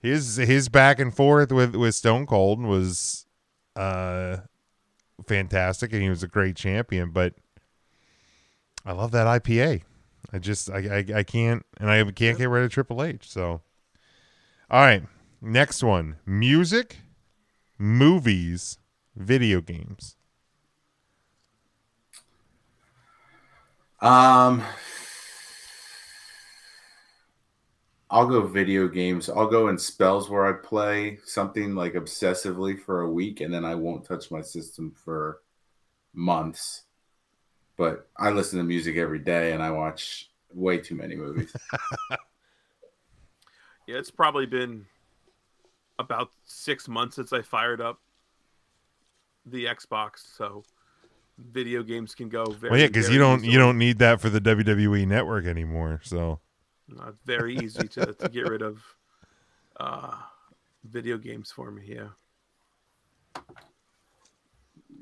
[SPEAKER 1] his his back and forth with with Stone Cold was uh, fantastic, and he was a great champion. But I love that IPA. I just I I, I can't and I can't get rid of Triple H. So, all right, next one: music, movies, video games.
[SPEAKER 3] Um, I'll go video games. I'll go in spells where I play something like obsessively for a week and then I won't touch my system for months. But I listen to music every day and I watch way too many movies.
[SPEAKER 4] Yeah, it's probably been about six months since I fired up the Xbox, so video games can go very.
[SPEAKER 1] Well, yeah, because
[SPEAKER 4] very
[SPEAKER 1] you don't
[SPEAKER 4] easily.
[SPEAKER 1] you don't need that for the WWE network anymore. So
[SPEAKER 4] Uh, very easy to, to get rid of uh, video games for me. Yeah.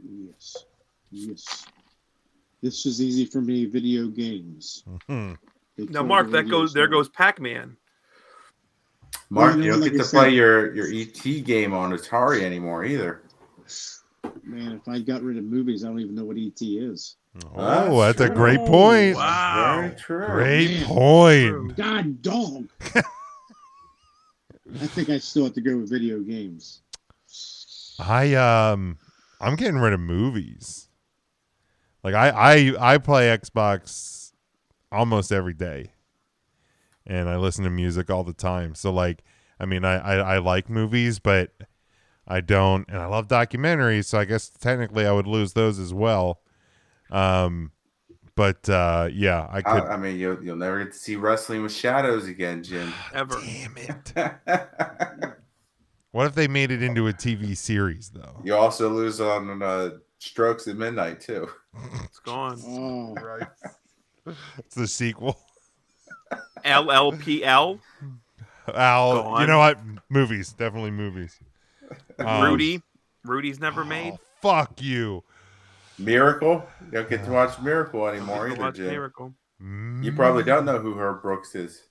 [SPEAKER 2] Yes. Yes. This is easy for me. Video games.
[SPEAKER 1] mhm.
[SPEAKER 2] They
[SPEAKER 4] Now,
[SPEAKER 2] killed
[SPEAKER 4] Mark,
[SPEAKER 2] the
[SPEAKER 4] that
[SPEAKER 2] video
[SPEAKER 4] goes there
[SPEAKER 2] store.
[SPEAKER 4] goes Pac Man.
[SPEAKER 3] Mark,
[SPEAKER 2] Well,
[SPEAKER 3] you
[SPEAKER 2] you know,
[SPEAKER 3] don't
[SPEAKER 2] like
[SPEAKER 3] get
[SPEAKER 2] I
[SPEAKER 3] to play
[SPEAKER 2] said-
[SPEAKER 3] your, your ET game on Atari anymore either.
[SPEAKER 2] Man, if I got rid of movies, I don't even know what ET is.
[SPEAKER 1] oh, that's, a
[SPEAKER 3] true.
[SPEAKER 1] great point.
[SPEAKER 4] Wow.
[SPEAKER 3] Very true.
[SPEAKER 1] Great
[SPEAKER 2] Man.
[SPEAKER 1] point.
[SPEAKER 2] God dog. I think I still have to go with video games.
[SPEAKER 1] I um I'm getting rid of movies. Like I I I play Xbox almost every day, and I listen to music all the time. So like, I mean, I I, I like movies, but I don't, and I love documentaries. So I guess technically I would lose those as well. Um, but uh, yeah, I
[SPEAKER 3] I,
[SPEAKER 1] could.
[SPEAKER 3] I mean, you'll, you'll never get to see wrestling with shadows again, Jim.
[SPEAKER 4] ever.
[SPEAKER 1] damn it!
[SPEAKER 3] you
[SPEAKER 1] What if they made it into a TV series though?
[SPEAKER 3] also lose on uh, Strokes at Midnight too.
[SPEAKER 4] It's gone.
[SPEAKER 2] Oh,
[SPEAKER 1] Right. it's the sequel.
[SPEAKER 4] LLPL.
[SPEAKER 1] Al,
[SPEAKER 4] Go
[SPEAKER 1] you
[SPEAKER 4] on.
[SPEAKER 1] know what? Movies, definitely movies. Um,
[SPEAKER 4] Rudy. Rudy's never made.
[SPEAKER 1] oh, fuck you,
[SPEAKER 3] Miracle. You don't get to watch Miracle anymore either,
[SPEAKER 4] Watch
[SPEAKER 3] Jim.
[SPEAKER 4] Miracle.
[SPEAKER 3] You probably don't know who Herb Brooks is.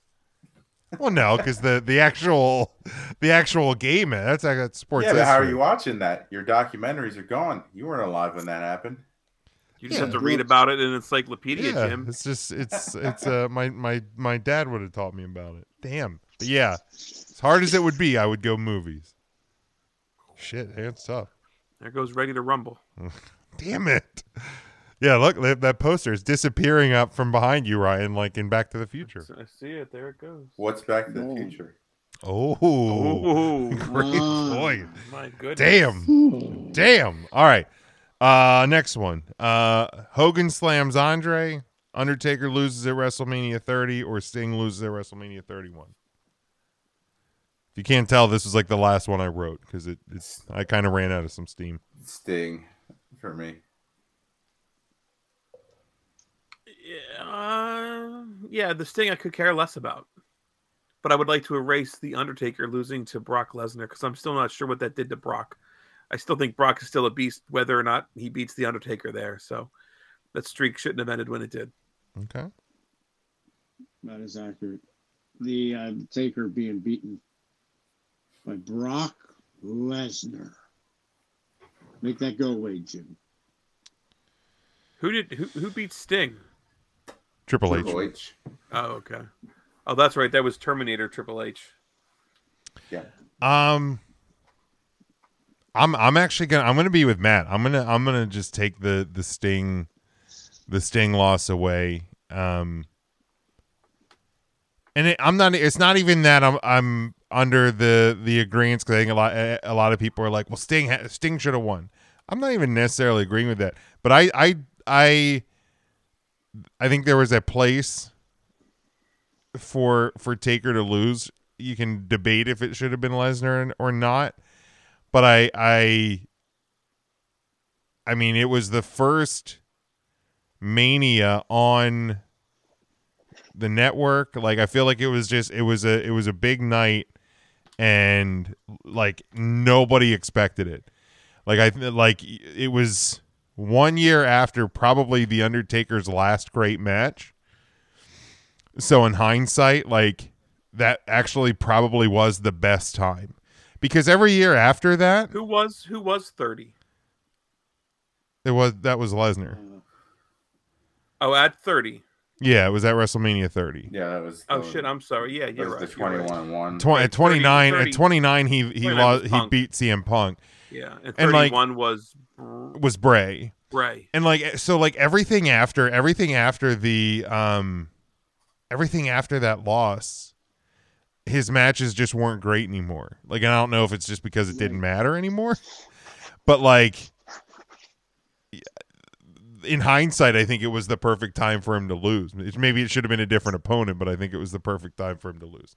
[SPEAKER 1] Well, no, because the the actual the actual game man, that's like that's sports.
[SPEAKER 3] yeah, but how are
[SPEAKER 1] history.
[SPEAKER 3] you watching that? Your documentaries are gone. You weren't alive when that happened.
[SPEAKER 4] You just
[SPEAKER 1] Yeah.
[SPEAKER 4] have to read about it in an encyclopedia,
[SPEAKER 1] Yeah,
[SPEAKER 4] Jim.
[SPEAKER 1] it's just it's it's uh my my my dad would have taught me about it. Damn, but yeah, as hard as it would be, I would go movies. Shit, hands tough.
[SPEAKER 4] There goes Ready to Rumble.
[SPEAKER 1] Damn it. Yeah, look that, that poster is disappearing up from behind you, Ryan, like in Back to the Future.
[SPEAKER 4] I see it. There it goes.
[SPEAKER 3] What's Back to the
[SPEAKER 2] No.
[SPEAKER 3] Future?
[SPEAKER 1] Oh,
[SPEAKER 4] Ooh,
[SPEAKER 1] great
[SPEAKER 2] Ah.
[SPEAKER 1] point.
[SPEAKER 4] my goodness.
[SPEAKER 1] Damn. Hmm. Damn. All right. Uh next one. Uh Hogan slams Andre, Undertaker loses at WrestleMania 30 or Sting loses at WrestleMania 31. If you can't tell, this was like the last one I wrote cuz it it's I kind of ran out of some steam.
[SPEAKER 3] Sting for me.
[SPEAKER 4] Yeah, uh, yeah, the Sting I could care less about. But I would like to erase The Undertaker losing to Brock Lesnar because I'm still not sure what that did to Brock. I still think Brock is still a beast, whether or not he beats The Undertaker there. So that streak shouldn't have ended when it did.
[SPEAKER 1] Okay.
[SPEAKER 2] that is accurate. The uh, Taker being beaten by Brock Lesnar. Make that go away, Jim.
[SPEAKER 4] Who did who who beat Sting?
[SPEAKER 1] Triple H.
[SPEAKER 3] Triple H.
[SPEAKER 4] Oh, okay. Oh, that's right. That was Terminator Triple H.
[SPEAKER 3] Yeah.
[SPEAKER 1] Um I'm I'm actually going to I'm going to be with Matt. I'm going to I'm going to just take the the Sting the Sting loss away. Um and it, I'm not it's not even that I'm I'm under the the agreement cuz I think a lot a a lot of people are like, "Well, Sting ha- Sting should have won." I'm not even necessarily agreeing with that. But I I I I think there was a place for for Taker to lose. You can debate if it should have been Lesnar and- or not, but I I I mean it was the first Mania on the network. Like I feel like it was just it was a it was a big night and like nobody expected it. Like I th- like it was one year after probably the Undertaker's last great match. So in hindsight, like that actually probably was the best time. Because every year after that,
[SPEAKER 4] Who was who was 30?
[SPEAKER 1] it was that was Lesnar.
[SPEAKER 2] Uh,
[SPEAKER 4] Oh, at 30.
[SPEAKER 1] Yeah, it was at WrestleMania 30.
[SPEAKER 3] Yeah, that was.
[SPEAKER 4] Oh
[SPEAKER 3] the-
[SPEAKER 4] shit, I'm sorry. Yeah,
[SPEAKER 3] that
[SPEAKER 4] you're
[SPEAKER 3] was
[SPEAKER 4] right.
[SPEAKER 3] the
[SPEAKER 4] you're right.
[SPEAKER 3] 21 one.
[SPEAKER 1] Twen- at 29
[SPEAKER 4] 30
[SPEAKER 1] at 29 he he
[SPEAKER 4] 29
[SPEAKER 1] lost,
[SPEAKER 4] was
[SPEAKER 1] he
[SPEAKER 4] Punk.
[SPEAKER 1] beat CM Punk
[SPEAKER 4] Yeah, and
[SPEAKER 1] And, like-
[SPEAKER 4] 31 was Br-
[SPEAKER 1] was Bray.
[SPEAKER 4] Bray.
[SPEAKER 1] And like eh, so like everything after everything after the um everything after that loss his matches just weren't great anymore. Like and I don't know if it's just because it didn't matter anymore. But like in hindsight I think it was the perfect time for him to lose. It- Maybe it should have been a different opponent, but I think it was the perfect time for him to lose.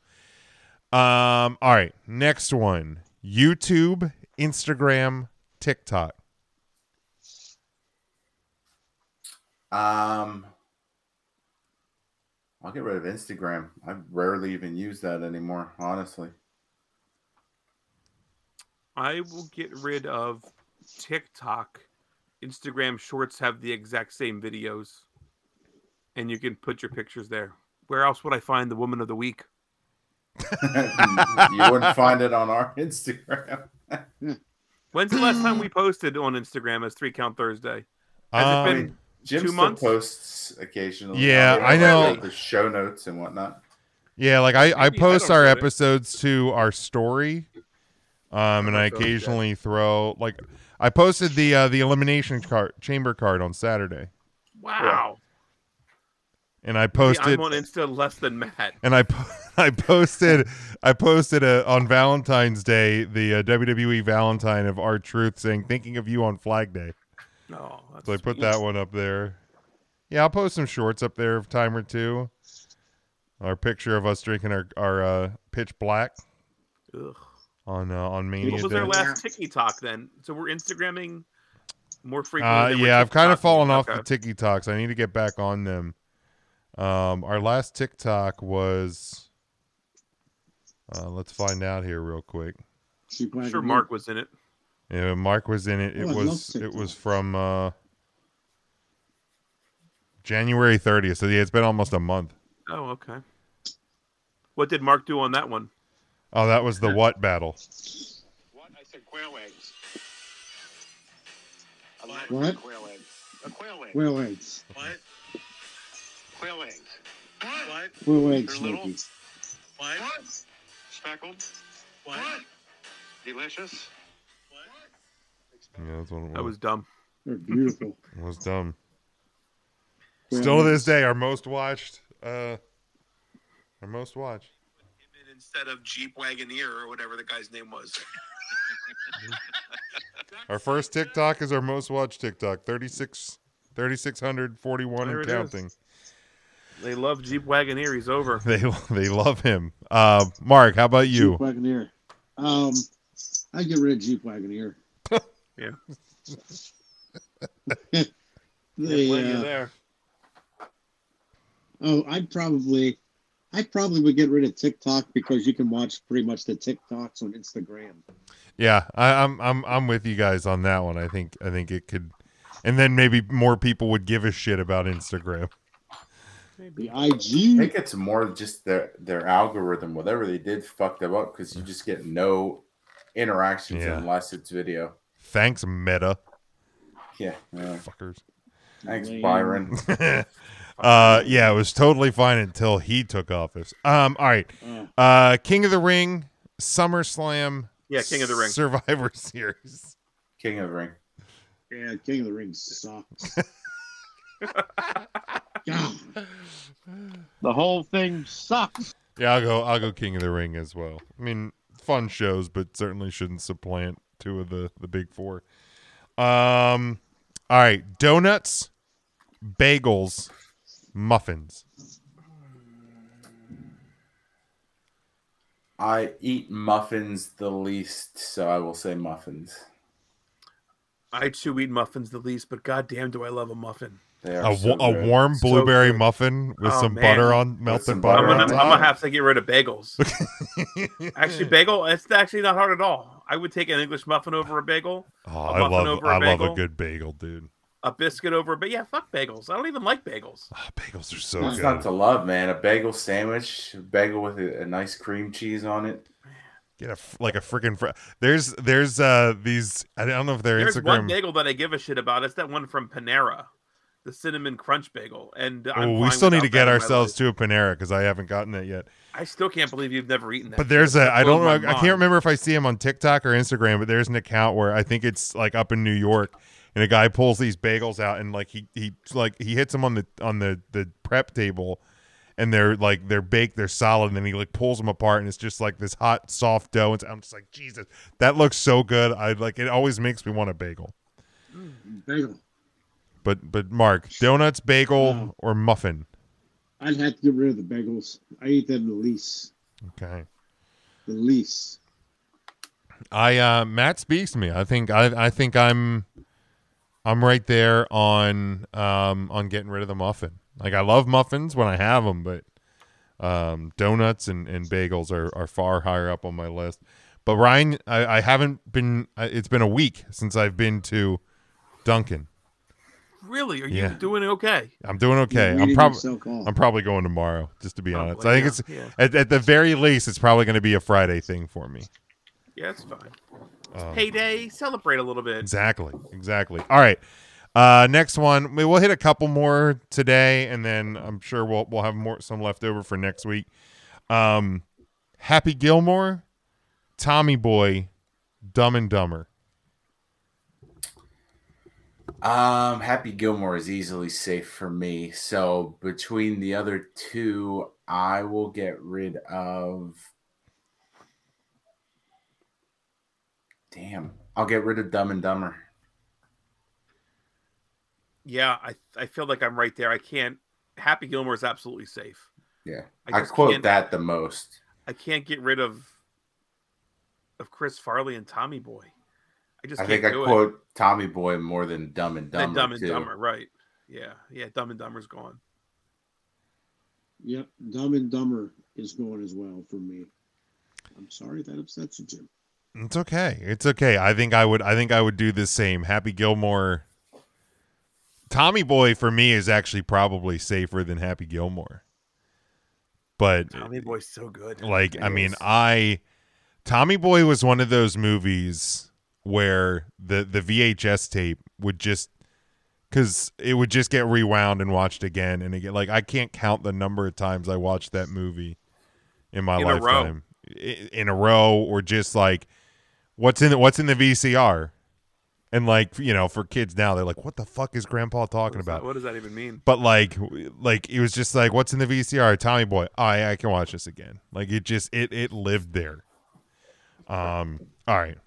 [SPEAKER 1] Um all right, next one. YouTube, Instagram, TikTok.
[SPEAKER 3] Um, I'll get rid of Instagram. I rarely even use that anymore, honestly.
[SPEAKER 4] I will get rid of TikTok. Instagram shorts have the exact same videos. And you can put your pictures there. Where else would I find the woman of the week?
[SPEAKER 3] you wouldn't find it on our Instagram.
[SPEAKER 4] When's the last time we posted on Instagram as Three Count Thustiday? Has it
[SPEAKER 1] Um,
[SPEAKER 4] been
[SPEAKER 3] Jim
[SPEAKER 4] Two
[SPEAKER 3] still
[SPEAKER 4] months?
[SPEAKER 3] posts occasionally.
[SPEAKER 1] Yeah,
[SPEAKER 3] I'll
[SPEAKER 1] I know.
[SPEAKER 3] like The show notes and whatnot.
[SPEAKER 1] Yeah, like I, I
[SPEAKER 4] Maybe, I
[SPEAKER 1] post
[SPEAKER 4] don't
[SPEAKER 1] our
[SPEAKER 4] get it.
[SPEAKER 1] episodes to our story, um, and I
[SPEAKER 4] Okay.
[SPEAKER 1] occasionally throw like I posted the uh, the elimination card chamber card on Saturday,
[SPEAKER 4] Wow.
[SPEAKER 1] and I
[SPEAKER 4] Yeah,
[SPEAKER 1] posted
[SPEAKER 4] I'm on Insta less than Matt.
[SPEAKER 1] and I po- I posted I posted uh on Valentine's Day the uh, WWE Valentine of our truth saying thinking of you on Flag Day.
[SPEAKER 4] No, that's
[SPEAKER 1] So I put
[SPEAKER 4] sweet.
[SPEAKER 1] that one up there. Yeah, I'll post some shorts up there of time or two. Our picture of us drinking our our uh, pitch black
[SPEAKER 4] Ugh.
[SPEAKER 1] on uh, on Mania
[SPEAKER 4] What was
[SPEAKER 1] Day.
[SPEAKER 4] our last TikTok then? So we're Instagramming more frequently.
[SPEAKER 1] Uh,
[SPEAKER 4] than we're
[SPEAKER 1] yeah, I've kind of
[SPEAKER 4] TikToking.
[SPEAKER 1] fallen off
[SPEAKER 4] Okay.
[SPEAKER 1] the Tiki Talks. I need to get back on them. Um, our last TikTok was. Uh, let's find out here real quick.
[SPEAKER 2] She
[SPEAKER 4] I'm
[SPEAKER 2] black
[SPEAKER 4] sure
[SPEAKER 2] and
[SPEAKER 4] Mark was in it.
[SPEAKER 1] Yeah, Mark was in it. It
[SPEAKER 2] Oh, I love
[SPEAKER 1] was it was
[SPEAKER 2] TikToks.
[SPEAKER 1] from uh, January 30th. So yeah, it's been almost a month.
[SPEAKER 4] Oh, okay. What did Mark do on that one?
[SPEAKER 1] Oh, that was the what battle?
[SPEAKER 7] What? I said quail eggs. I
[SPEAKER 2] What?
[SPEAKER 7] like Quail eggs. A quail egg.
[SPEAKER 2] Quail eggs.
[SPEAKER 7] What? Quail eggs. What? What?
[SPEAKER 2] Quail eggs,
[SPEAKER 7] They're little.
[SPEAKER 2] Smokey.
[SPEAKER 7] What? Speckled. What? Delicious. What?
[SPEAKER 1] Yeah, that's what it was.
[SPEAKER 4] That was dumb.
[SPEAKER 2] They're beautiful.
[SPEAKER 1] It was dumb.
[SPEAKER 2] Quail
[SPEAKER 1] Still to
[SPEAKER 2] eggs.
[SPEAKER 1] this day, our most watched. Uh, our most watched.
[SPEAKER 7] Instead of Jeep Wagoneer or whatever the guy's name was.
[SPEAKER 1] Our first TikTok is our most watched TikTok. 36 3,641
[SPEAKER 4] There
[SPEAKER 1] and
[SPEAKER 4] it is.
[SPEAKER 1] counting.
[SPEAKER 4] They love Jeep Wagoneer. He's over.
[SPEAKER 1] They they love him. Uh, Mark, how about
[SPEAKER 2] Jeep
[SPEAKER 1] you?
[SPEAKER 2] Wagoneer. Um, I'd get rid of Jeep Wagoneer.
[SPEAKER 4] Yeah.
[SPEAKER 2] They,
[SPEAKER 4] Plenty
[SPEAKER 2] uh,
[SPEAKER 4] there.
[SPEAKER 2] oh, I'd probably, I probably would get rid of TikTok because you can watch pretty much the TikToks on Instagram.
[SPEAKER 1] Yeah, I, I'm I'm I'm with you guys on that one. I think I think it could, and then maybe more people would give a shit about Instagram.
[SPEAKER 2] The
[SPEAKER 3] I
[SPEAKER 2] IG.
[SPEAKER 3] think it's more just their their algorithm, whatever they did, fucked them up because you just get no interactions
[SPEAKER 1] Yeah.
[SPEAKER 3] unless it's video.
[SPEAKER 1] Thanks, Meta
[SPEAKER 3] Yeah. yeah.
[SPEAKER 1] fuckers.
[SPEAKER 3] Thanks,
[SPEAKER 2] Lame.
[SPEAKER 3] Byron.
[SPEAKER 1] uh, yeah, it was totally fine until he took office. Um, all right.
[SPEAKER 2] Uh,
[SPEAKER 1] Uh, King of the Ring, SummerSlam.
[SPEAKER 4] Yeah, King of the Ring.
[SPEAKER 1] Survivor Series.
[SPEAKER 3] King of the Ring.
[SPEAKER 2] yeah, King of the Rings sucks. God,
[SPEAKER 8] The whole thing sucks.
[SPEAKER 1] Yeah, I'll go. I'll go King of the Ring as well. I mean, fun shows, but certainly shouldn't supplant two of the the big four. Um, all right, donuts, bagels, muffins.
[SPEAKER 3] I eat muffins the least, so I will say muffins.
[SPEAKER 4] I chew eat muffins the least, but goddamn, do I love a muffin.
[SPEAKER 3] They
[SPEAKER 1] A,
[SPEAKER 3] are
[SPEAKER 1] wa-
[SPEAKER 3] so
[SPEAKER 1] a
[SPEAKER 3] good.
[SPEAKER 1] warm
[SPEAKER 4] So
[SPEAKER 1] blueberry
[SPEAKER 4] good.
[SPEAKER 1] muffin with
[SPEAKER 4] Oh,
[SPEAKER 1] some
[SPEAKER 4] man.
[SPEAKER 1] butter on
[SPEAKER 3] some
[SPEAKER 1] melted
[SPEAKER 4] I'm
[SPEAKER 1] butter.
[SPEAKER 3] butter
[SPEAKER 4] gonna,
[SPEAKER 1] on
[SPEAKER 4] I'm
[SPEAKER 3] on
[SPEAKER 1] top.
[SPEAKER 4] gonna have to get rid of bagels. actually, bagel. It's actually not hard at all. I would take an English muffin over a bagel,
[SPEAKER 1] Oh,
[SPEAKER 4] a
[SPEAKER 1] I
[SPEAKER 4] muffin
[SPEAKER 1] love
[SPEAKER 4] over a
[SPEAKER 1] I love a
[SPEAKER 4] bagel.
[SPEAKER 1] good bagel, dude.
[SPEAKER 4] a biscuit over. But yeah, fuck bagels. I don't even like bagels.
[SPEAKER 1] Oh, bagels are so
[SPEAKER 2] That's
[SPEAKER 3] It's
[SPEAKER 1] good.
[SPEAKER 3] not to love, man. A bagel sandwich, a bagel with a, a nice cream cheese on it.
[SPEAKER 1] Get a f- like a freaking fr- there's there's uh these I don't know if they're
[SPEAKER 4] There's one
[SPEAKER 1] Instagram.
[SPEAKER 4] bagel that I give a shit about. It's that one from Panera, the cinnamon crunch bagel. And uh, I'm
[SPEAKER 1] Oh, we
[SPEAKER 4] fine
[SPEAKER 1] still need to
[SPEAKER 4] without that
[SPEAKER 1] get
[SPEAKER 4] in my
[SPEAKER 1] ourselves
[SPEAKER 4] life.
[SPEAKER 1] to a Panera because I haven't gotten that yet.
[SPEAKER 4] I still can't believe you've never eaten that.
[SPEAKER 1] But there's a I don't know
[SPEAKER 4] blows
[SPEAKER 1] I,
[SPEAKER 4] my
[SPEAKER 1] I can't
[SPEAKER 4] mind.
[SPEAKER 1] remember if I see him on TikTok or Instagram, but there's an account where I think it's like up in New York, and a guy pulls these bagels out and like he he like he hits them on the on the the prep table, and they're like they're baked, they're solid, and then he like pulls them apart, and it's just like this hot soft dough. And I'm just like Jesus, that looks so good. I like it always makes me want a bagel.
[SPEAKER 2] bagel.
[SPEAKER 1] But but Mark, donuts, bagel,
[SPEAKER 4] Oh.
[SPEAKER 2] Wow.
[SPEAKER 1] or muffin?
[SPEAKER 2] I'd have to get rid of the bagels. I eat them the least.
[SPEAKER 1] Okay.
[SPEAKER 2] The least.
[SPEAKER 1] I uh Matt speaks to me. I think I I think I'm I'm right there on um on getting rid of the muffin. Like I love muffins when I have them, but um donuts and, and bagels are, are far higher up on my list. But Ryan, I, I haven't been. I- It's been a week since I've been to Duncan.
[SPEAKER 4] really. Are
[SPEAKER 1] Yeah.
[SPEAKER 4] you doing okay?
[SPEAKER 1] I'm doing okay.
[SPEAKER 2] You're
[SPEAKER 1] I'm
[SPEAKER 2] weeding
[SPEAKER 1] probably
[SPEAKER 2] yourself off.
[SPEAKER 1] I'm probably going tomorrow. Just to be
[SPEAKER 4] Oh,
[SPEAKER 1] honest,
[SPEAKER 4] well,
[SPEAKER 1] I think
[SPEAKER 4] yeah,
[SPEAKER 1] it's
[SPEAKER 4] yeah.
[SPEAKER 1] at, at the very least it's probably going to be a Friday thing for me.
[SPEAKER 4] Yeah, it's fine.
[SPEAKER 1] Um,
[SPEAKER 4] Payday, celebrate a little bit.
[SPEAKER 1] Exactly. Exactly. All right. Uh, next one. We, we'll hit a couple more today, and then I'm sure we'll we'll have more some left over for next week. Um, Happy Gilmore, Tommy Boy, Dumb and Dumber.
[SPEAKER 3] Um, Happy Gilmore is easily safe for me. So between the other two, I will get rid of. Damn, I'll get rid of Dumb and Dumber.
[SPEAKER 4] Yeah, I I feel like I'm right there. I can't. Happy Gilmore is absolutely safe.
[SPEAKER 3] Yeah,
[SPEAKER 4] I
[SPEAKER 3] I,
[SPEAKER 4] just
[SPEAKER 3] quote
[SPEAKER 4] can't-
[SPEAKER 3] that the most.
[SPEAKER 4] I can't get rid of of Chris Farley and Tommy Boy. I just
[SPEAKER 3] I
[SPEAKER 4] can't
[SPEAKER 3] think I
[SPEAKER 4] do
[SPEAKER 3] quote Tommy Boy more than Dumb and
[SPEAKER 4] it.
[SPEAKER 3] Dumber.
[SPEAKER 4] Then Dumb and
[SPEAKER 3] too.
[SPEAKER 4] Dumber, right? Yeah, yeah. Dumb and Dumber's gone.
[SPEAKER 2] Yep, Dumb and Dumber is going as well for me. I'm sorry that upsets you, Jim.
[SPEAKER 1] It's okay. It's okay. I think I would I think I would do the same. Happy Gilmore Tommy Boy for me is actually probably safer than Happy Gilmore. But
[SPEAKER 4] Tommy Boy's so good.
[SPEAKER 1] like I
[SPEAKER 3] It
[SPEAKER 1] mean
[SPEAKER 3] is.
[SPEAKER 1] I Tommy Boy was one of those movies where the the VHS tape would just cuz it would just get rewound and watched again and again like I can't count the number of times I watched that movie in my
[SPEAKER 4] In a row.
[SPEAKER 1] lifetime I- in a row or just like what's in the, what's in the VCR and like you know for kids now they're like what the fuck is grandpa talking
[SPEAKER 4] What's that-
[SPEAKER 1] about
[SPEAKER 4] what does that even mean?
[SPEAKER 1] but like w- like it was just like what's in the VCR Tommy boy oh, I I can watch this again like it just it it lived there um all right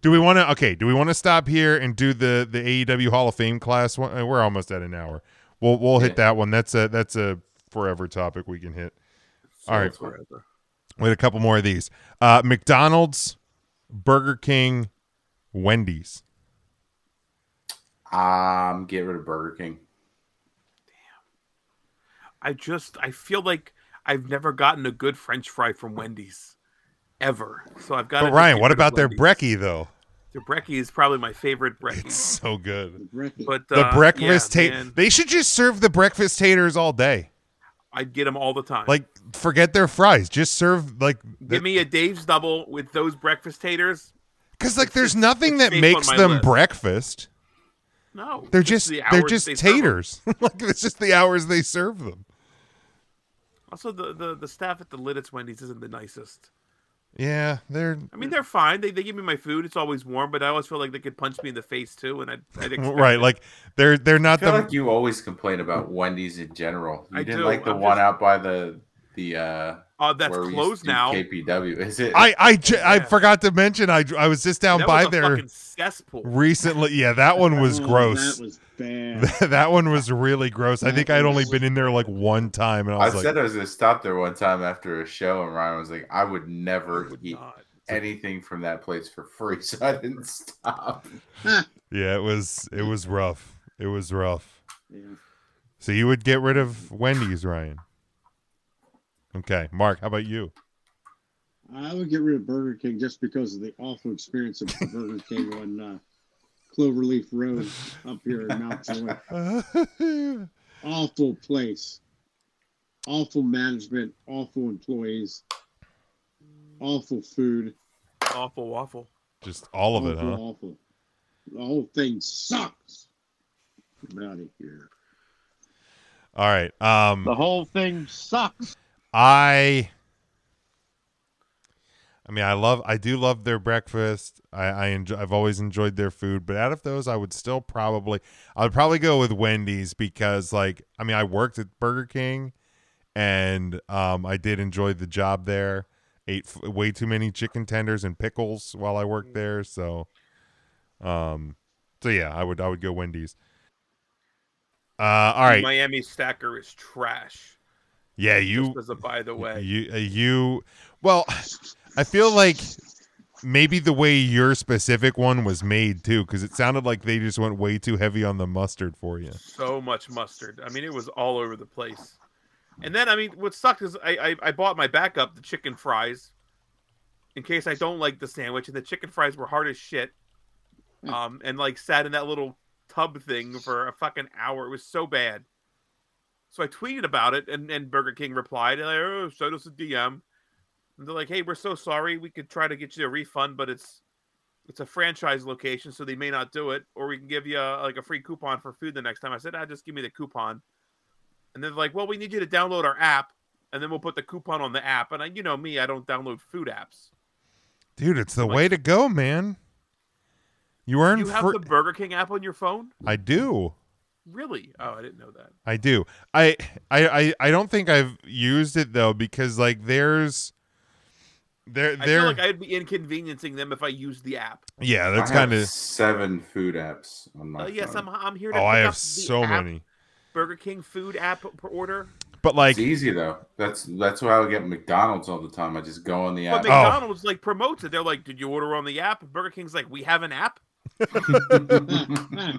[SPEAKER 1] do we want to okay do we want to stop here and do the the AEW Hall of Fame class one Uh, we're almost at an hour we'll we'll hit
[SPEAKER 3] Yeah.
[SPEAKER 1] that one that's a that's a forever topic we can hit All right.
[SPEAKER 4] Forever.
[SPEAKER 1] with a couple more of these uh McDonald's Burger King Wendy's
[SPEAKER 3] Um, get rid of Burger King.
[SPEAKER 4] I just I feel like I've never gotten a good French fry from Wendy's ever. So I've got.
[SPEAKER 1] But Ryan, what about their brekkie though?
[SPEAKER 4] Their brekkie is probably my favorite
[SPEAKER 1] It's
[SPEAKER 4] brekkie.
[SPEAKER 1] so good.
[SPEAKER 2] The bracket.
[SPEAKER 4] But
[SPEAKER 1] The
[SPEAKER 4] uh,
[SPEAKER 1] breakfast
[SPEAKER 4] yeah,
[SPEAKER 1] ta-
[SPEAKER 4] man,
[SPEAKER 1] They should just serve the breakfast taters all day.
[SPEAKER 4] I'd get them all the time.
[SPEAKER 1] Like forget their fries. Just serve like
[SPEAKER 4] give me a Dave's double with those breakfast taters.
[SPEAKER 1] cuz like
[SPEAKER 4] it's
[SPEAKER 1] there's
[SPEAKER 4] just-
[SPEAKER 1] nothing
[SPEAKER 4] it's
[SPEAKER 1] that
[SPEAKER 4] safe
[SPEAKER 1] makes
[SPEAKER 4] on my
[SPEAKER 1] them
[SPEAKER 4] list.
[SPEAKER 1] breakfast.
[SPEAKER 4] No,
[SPEAKER 1] They're just
[SPEAKER 4] the
[SPEAKER 1] they're
[SPEAKER 4] hours
[SPEAKER 1] just
[SPEAKER 4] they serve 'em.
[SPEAKER 1] taters. like it's just the hours they serve them.
[SPEAKER 4] Also, the, the the staff at the lid at Wendy's isn't the nicest.
[SPEAKER 1] Yeah, they're
[SPEAKER 4] I mean, they're fine. They, they give me my food. It's always warm, but I always feel like they could punch me in the face too, and I'd, I'd expect
[SPEAKER 1] right, like they're they're
[SPEAKER 3] I
[SPEAKER 1] not
[SPEAKER 3] feel
[SPEAKER 1] the
[SPEAKER 3] like you always complain about Wendy's in general. You
[SPEAKER 4] I
[SPEAKER 3] didn't
[SPEAKER 4] do.
[SPEAKER 3] like the
[SPEAKER 4] I'm
[SPEAKER 3] one
[SPEAKER 4] just-
[SPEAKER 3] out by the the uh
[SPEAKER 4] uh, that's
[SPEAKER 3] where we used
[SPEAKER 4] closed
[SPEAKER 3] to do
[SPEAKER 4] now.
[SPEAKER 3] KPW is it?
[SPEAKER 1] I I j- I
[SPEAKER 4] Yeah.
[SPEAKER 1] forgot to mention I I was just down
[SPEAKER 4] that
[SPEAKER 1] by
[SPEAKER 4] was a
[SPEAKER 1] there
[SPEAKER 4] fucking cesspool.
[SPEAKER 1] recently. Yeah, that one was
[SPEAKER 2] Oh,
[SPEAKER 1] gross.
[SPEAKER 2] That was bad.
[SPEAKER 1] That- that one was really gross. I
[SPEAKER 2] That
[SPEAKER 1] think I'd only
[SPEAKER 2] was-
[SPEAKER 1] been in there like one time, and I
[SPEAKER 3] I
[SPEAKER 1] was like,
[SPEAKER 3] said I was gonna stop there one time after a show, and Ryan was like, "I would never
[SPEAKER 4] I would
[SPEAKER 3] eat
[SPEAKER 4] not.
[SPEAKER 3] anything from that place for free," so I didn't stop.
[SPEAKER 1] "Yeah, it was it was rough. It was rough."
[SPEAKER 2] Yeah.
[SPEAKER 1] So you would get rid of Wendy's, Ryan? Okay, Mark. How about you?
[SPEAKER 2] I would get rid of Burger King just because of the awful experience of the Burger King on uh, Cloverleaf Road up here in Mount Joy.
[SPEAKER 1] yeah,
[SPEAKER 2] Awful place. Awful management, awful employees, awful food.
[SPEAKER 4] Awful waffle.
[SPEAKER 1] just all of it,
[SPEAKER 2] awful,
[SPEAKER 1] huh?
[SPEAKER 2] awful. The whole thing sucks. I'm out of here.
[SPEAKER 1] All right. Um,
[SPEAKER 8] The whole thing sucks.
[SPEAKER 1] I I mean I love I do love their breakfast. I, I enjoy I've always enjoyed their food, but out of those I would still probably I would probably go with Wendy's because like I mean I worked at Burger King and um I did enjoy the job there. Ate f- way too many chicken tenders and pickles while I worked there, so um so yeah, I would I would go Wendy's. Uh all right.
[SPEAKER 4] Miami stacker is trash.
[SPEAKER 1] yeah, you
[SPEAKER 4] just as a by the way.
[SPEAKER 1] you uh, you well i feel like maybe the way your specific one was made too because it sounded like they just went way too heavy on the mustard for you
[SPEAKER 4] so much mustard. I mean, it was all over the place. And then, I mean, what sucked is I, I, I bought my backup, the chicken fries, in case I don't like the sandwich. And the chicken fries were hard as shit. Um, and like sat in that little tub thing for a fucking hour. It was so bad. So I tweeted about it, and, and Burger King replied, and I oh, showed us a DM. And they're like, hey, we're so sorry. We could try to get you a refund, but it's it's a franchise location, so they may not do it, or we can give you a, like a free coupon for food the next time. I said, ah, just give me the coupon. And they're like, well, we need you to download our app, and then we'll put the coupon on the app. And I, you know me, I don't download food apps.
[SPEAKER 1] dude it's the way to go man You earn
[SPEAKER 4] You have
[SPEAKER 1] fr-
[SPEAKER 4] the Burger King app on your phone?
[SPEAKER 1] I do.
[SPEAKER 4] Really? Oh, I didn't know that.
[SPEAKER 1] I do. I, I I I don't think I've used it though because like there's there
[SPEAKER 4] I feel
[SPEAKER 1] there
[SPEAKER 4] like I'd be inconveniencing them if I used the app.
[SPEAKER 1] yeah that's
[SPEAKER 3] I have
[SPEAKER 1] kind of
[SPEAKER 3] seven food apps on my.
[SPEAKER 4] Uh, yes,
[SPEAKER 3] phone.
[SPEAKER 4] I'm, I'm here to
[SPEAKER 1] oh
[SPEAKER 4] pick
[SPEAKER 1] I
[SPEAKER 4] up
[SPEAKER 1] have
[SPEAKER 4] the
[SPEAKER 1] so
[SPEAKER 4] app,
[SPEAKER 1] many.
[SPEAKER 4] Burger King food app per order.
[SPEAKER 1] But like
[SPEAKER 3] it's easy though. That's that's why I would get McDonald's all the time. I just go on the
[SPEAKER 4] But
[SPEAKER 3] app.
[SPEAKER 1] Mc-
[SPEAKER 4] McDonald's like promotes it. They're like, "Did you order on the app?" Burger King's like, "We have an app.
[SPEAKER 1] Oh.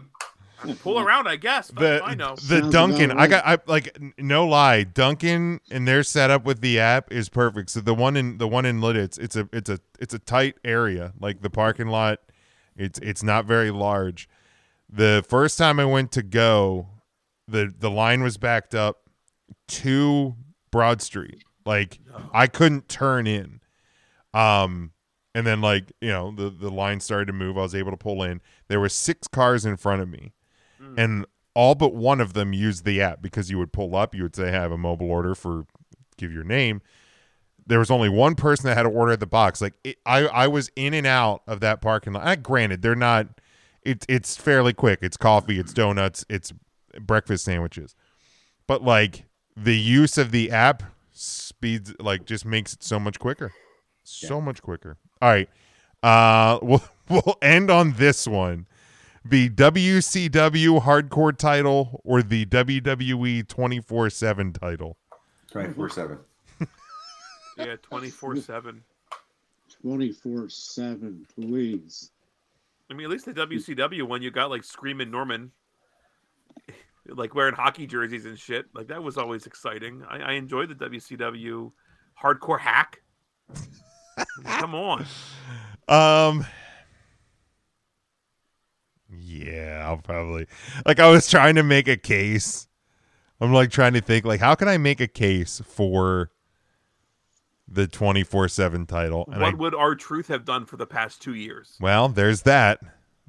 [SPEAKER 2] Ah,
[SPEAKER 4] Pull around, I guess." But
[SPEAKER 1] the
[SPEAKER 4] I know.
[SPEAKER 1] the
[SPEAKER 2] Sounds
[SPEAKER 1] Duncan.
[SPEAKER 2] about
[SPEAKER 1] I got I like n- no lie. Duncan and their setup with the app is perfect. So the one in the one in Lidditz, it's a it's a it's a tight area. Like the parking lot, it's it's not very large. The first time I went to go, the the line was backed up to Broad Street. Like I couldn't turn in. Um and then like, you know, the the line started to move. I was able to pull in. There were six cars in front of me.
[SPEAKER 4] Mm.
[SPEAKER 1] And all but one of them used the app because you would pull up, you would say, "Hey, I have a mobile order for give your name. There was only one person that had to order at the box. Like it, I, I was in and out of that parking lot. I, granted, they're not. It's it's fairly quick. It's coffee, it's donuts, it's breakfast sandwiches. But like the use of the app speeds, like just makes it so much quicker, so much quicker. All right, uh, we'll we'll end on this one the WCW hardcore title or the WWE 24 7 title?
[SPEAKER 3] Twenty four seven.
[SPEAKER 4] yeah, twenty four seven.
[SPEAKER 2] Twenty four seven, please.
[SPEAKER 4] I mean, at least the WCW one, you got like screaming Norman, like wearing hockey jerseys and shit. Like that was always exciting. I, I enjoyed the WCW hardcore hack. Come on,
[SPEAKER 1] Um, yeah, I'll probably. Like, I was trying to make a case. I'm like trying to think, like, how can I make a case for the 24 7 title? And I-
[SPEAKER 4] what would our truth have done for the past two years?
[SPEAKER 1] Well, there's that.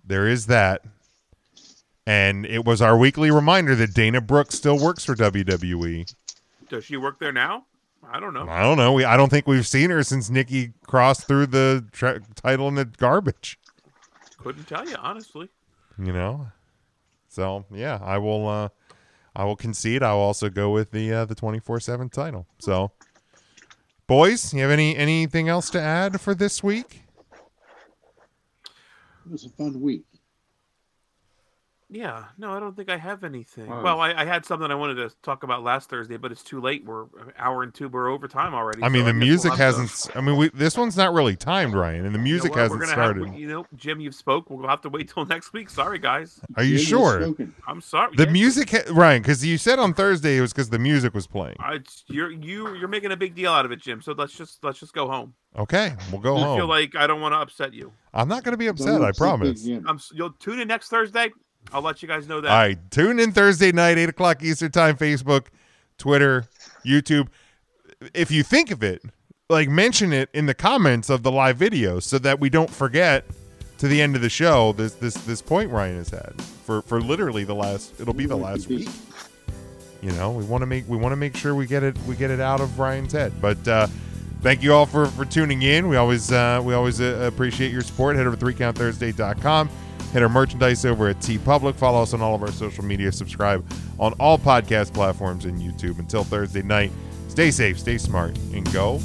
[SPEAKER 1] There is that. And it was our weekly reminder that Dana Brooke still works for E. WWE.
[SPEAKER 4] Does she work there now? I don't know.
[SPEAKER 1] I don't know. We I don't think we've seen her since Nikki crossed through the tra- title in the garbage.
[SPEAKER 4] Couldn't tell you honestly.
[SPEAKER 1] You know, so yeah, I will. uh I will concede. I will also go with the uh, the twenty four seven title. So, boys, you have any anything else to add for this week?
[SPEAKER 2] It was a fun week.
[SPEAKER 4] Yeah, no, I don't think I have anything.
[SPEAKER 3] Oh.
[SPEAKER 4] Well, I, I had something I wanted to talk about last Thursday, but it's too late. We're an hour and two. We're over time already.
[SPEAKER 1] I mean, the
[SPEAKER 4] so guess we'll
[SPEAKER 1] music
[SPEAKER 4] have to-
[SPEAKER 1] hasn't. s- I mean, we, this one's not really timed, Ryan, and the
[SPEAKER 4] You know
[SPEAKER 1] music
[SPEAKER 4] what? We're
[SPEAKER 1] hasn't
[SPEAKER 4] gonna have-
[SPEAKER 1] started.
[SPEAKER 4] you know, Jim, you've spoke. We'll have to wait till next week. Sorry, guys.
[SPEAKER 1] Are you
[SPEAKER 2] Yeah,
[SPEAKER 1] sure?
[SPEAKER 2] spoken.
[SPEAKER 4] I'm sorry.
[SPEAKER 1] The
[SPEAKER 4] Yeah,
[SPEAKER 1] music, ha- Ryan, because you said on Thursday it was because the music was playing.
[SPEAKER 4] I, it's- you're you you're making a big deal out of it, Jim. So let's just let's just go home.
[SPEAKER 1] Okay, we'll go
[SPEAKER 4] I feel
[SPEAKER 1] home.
[SPEAKER 4] like I don't want to upset you.
[SPEAKER 1] I'm not going to be upset.
[SPEAKER 2] Don't
[SPEAKER 1] I
[SPEAKER 2] upset
[SPEAKER 1] promise.
[SPEAKER 2] Big Jim.
[SPEAKER 4] I'm s- you'll tune in next Thursday. I'll let you guys know that.
[SPEAKER 1] All right. Tune in Thursday night, 8 o'clock Eastern Time, Facebook, Twitter, YouTube. If you think of it, like mention it in the comments of the live video so that we don't forget to the end of the show this this this point Ryan has had for for literally the last it'll be the last week. You know, we want to make we want to make sure we get it we get it out of Ryan's head. But uh Thank you all for, for tuning in. We always uh, we always uh, appreciate your support. Head over to 3countthursday.com. Hit our merchandise over at T Public. Follow us on all of our social media. Subscribe on all podcast platforms and YouTube. Until Thursday night, stay safe, stay smart, and go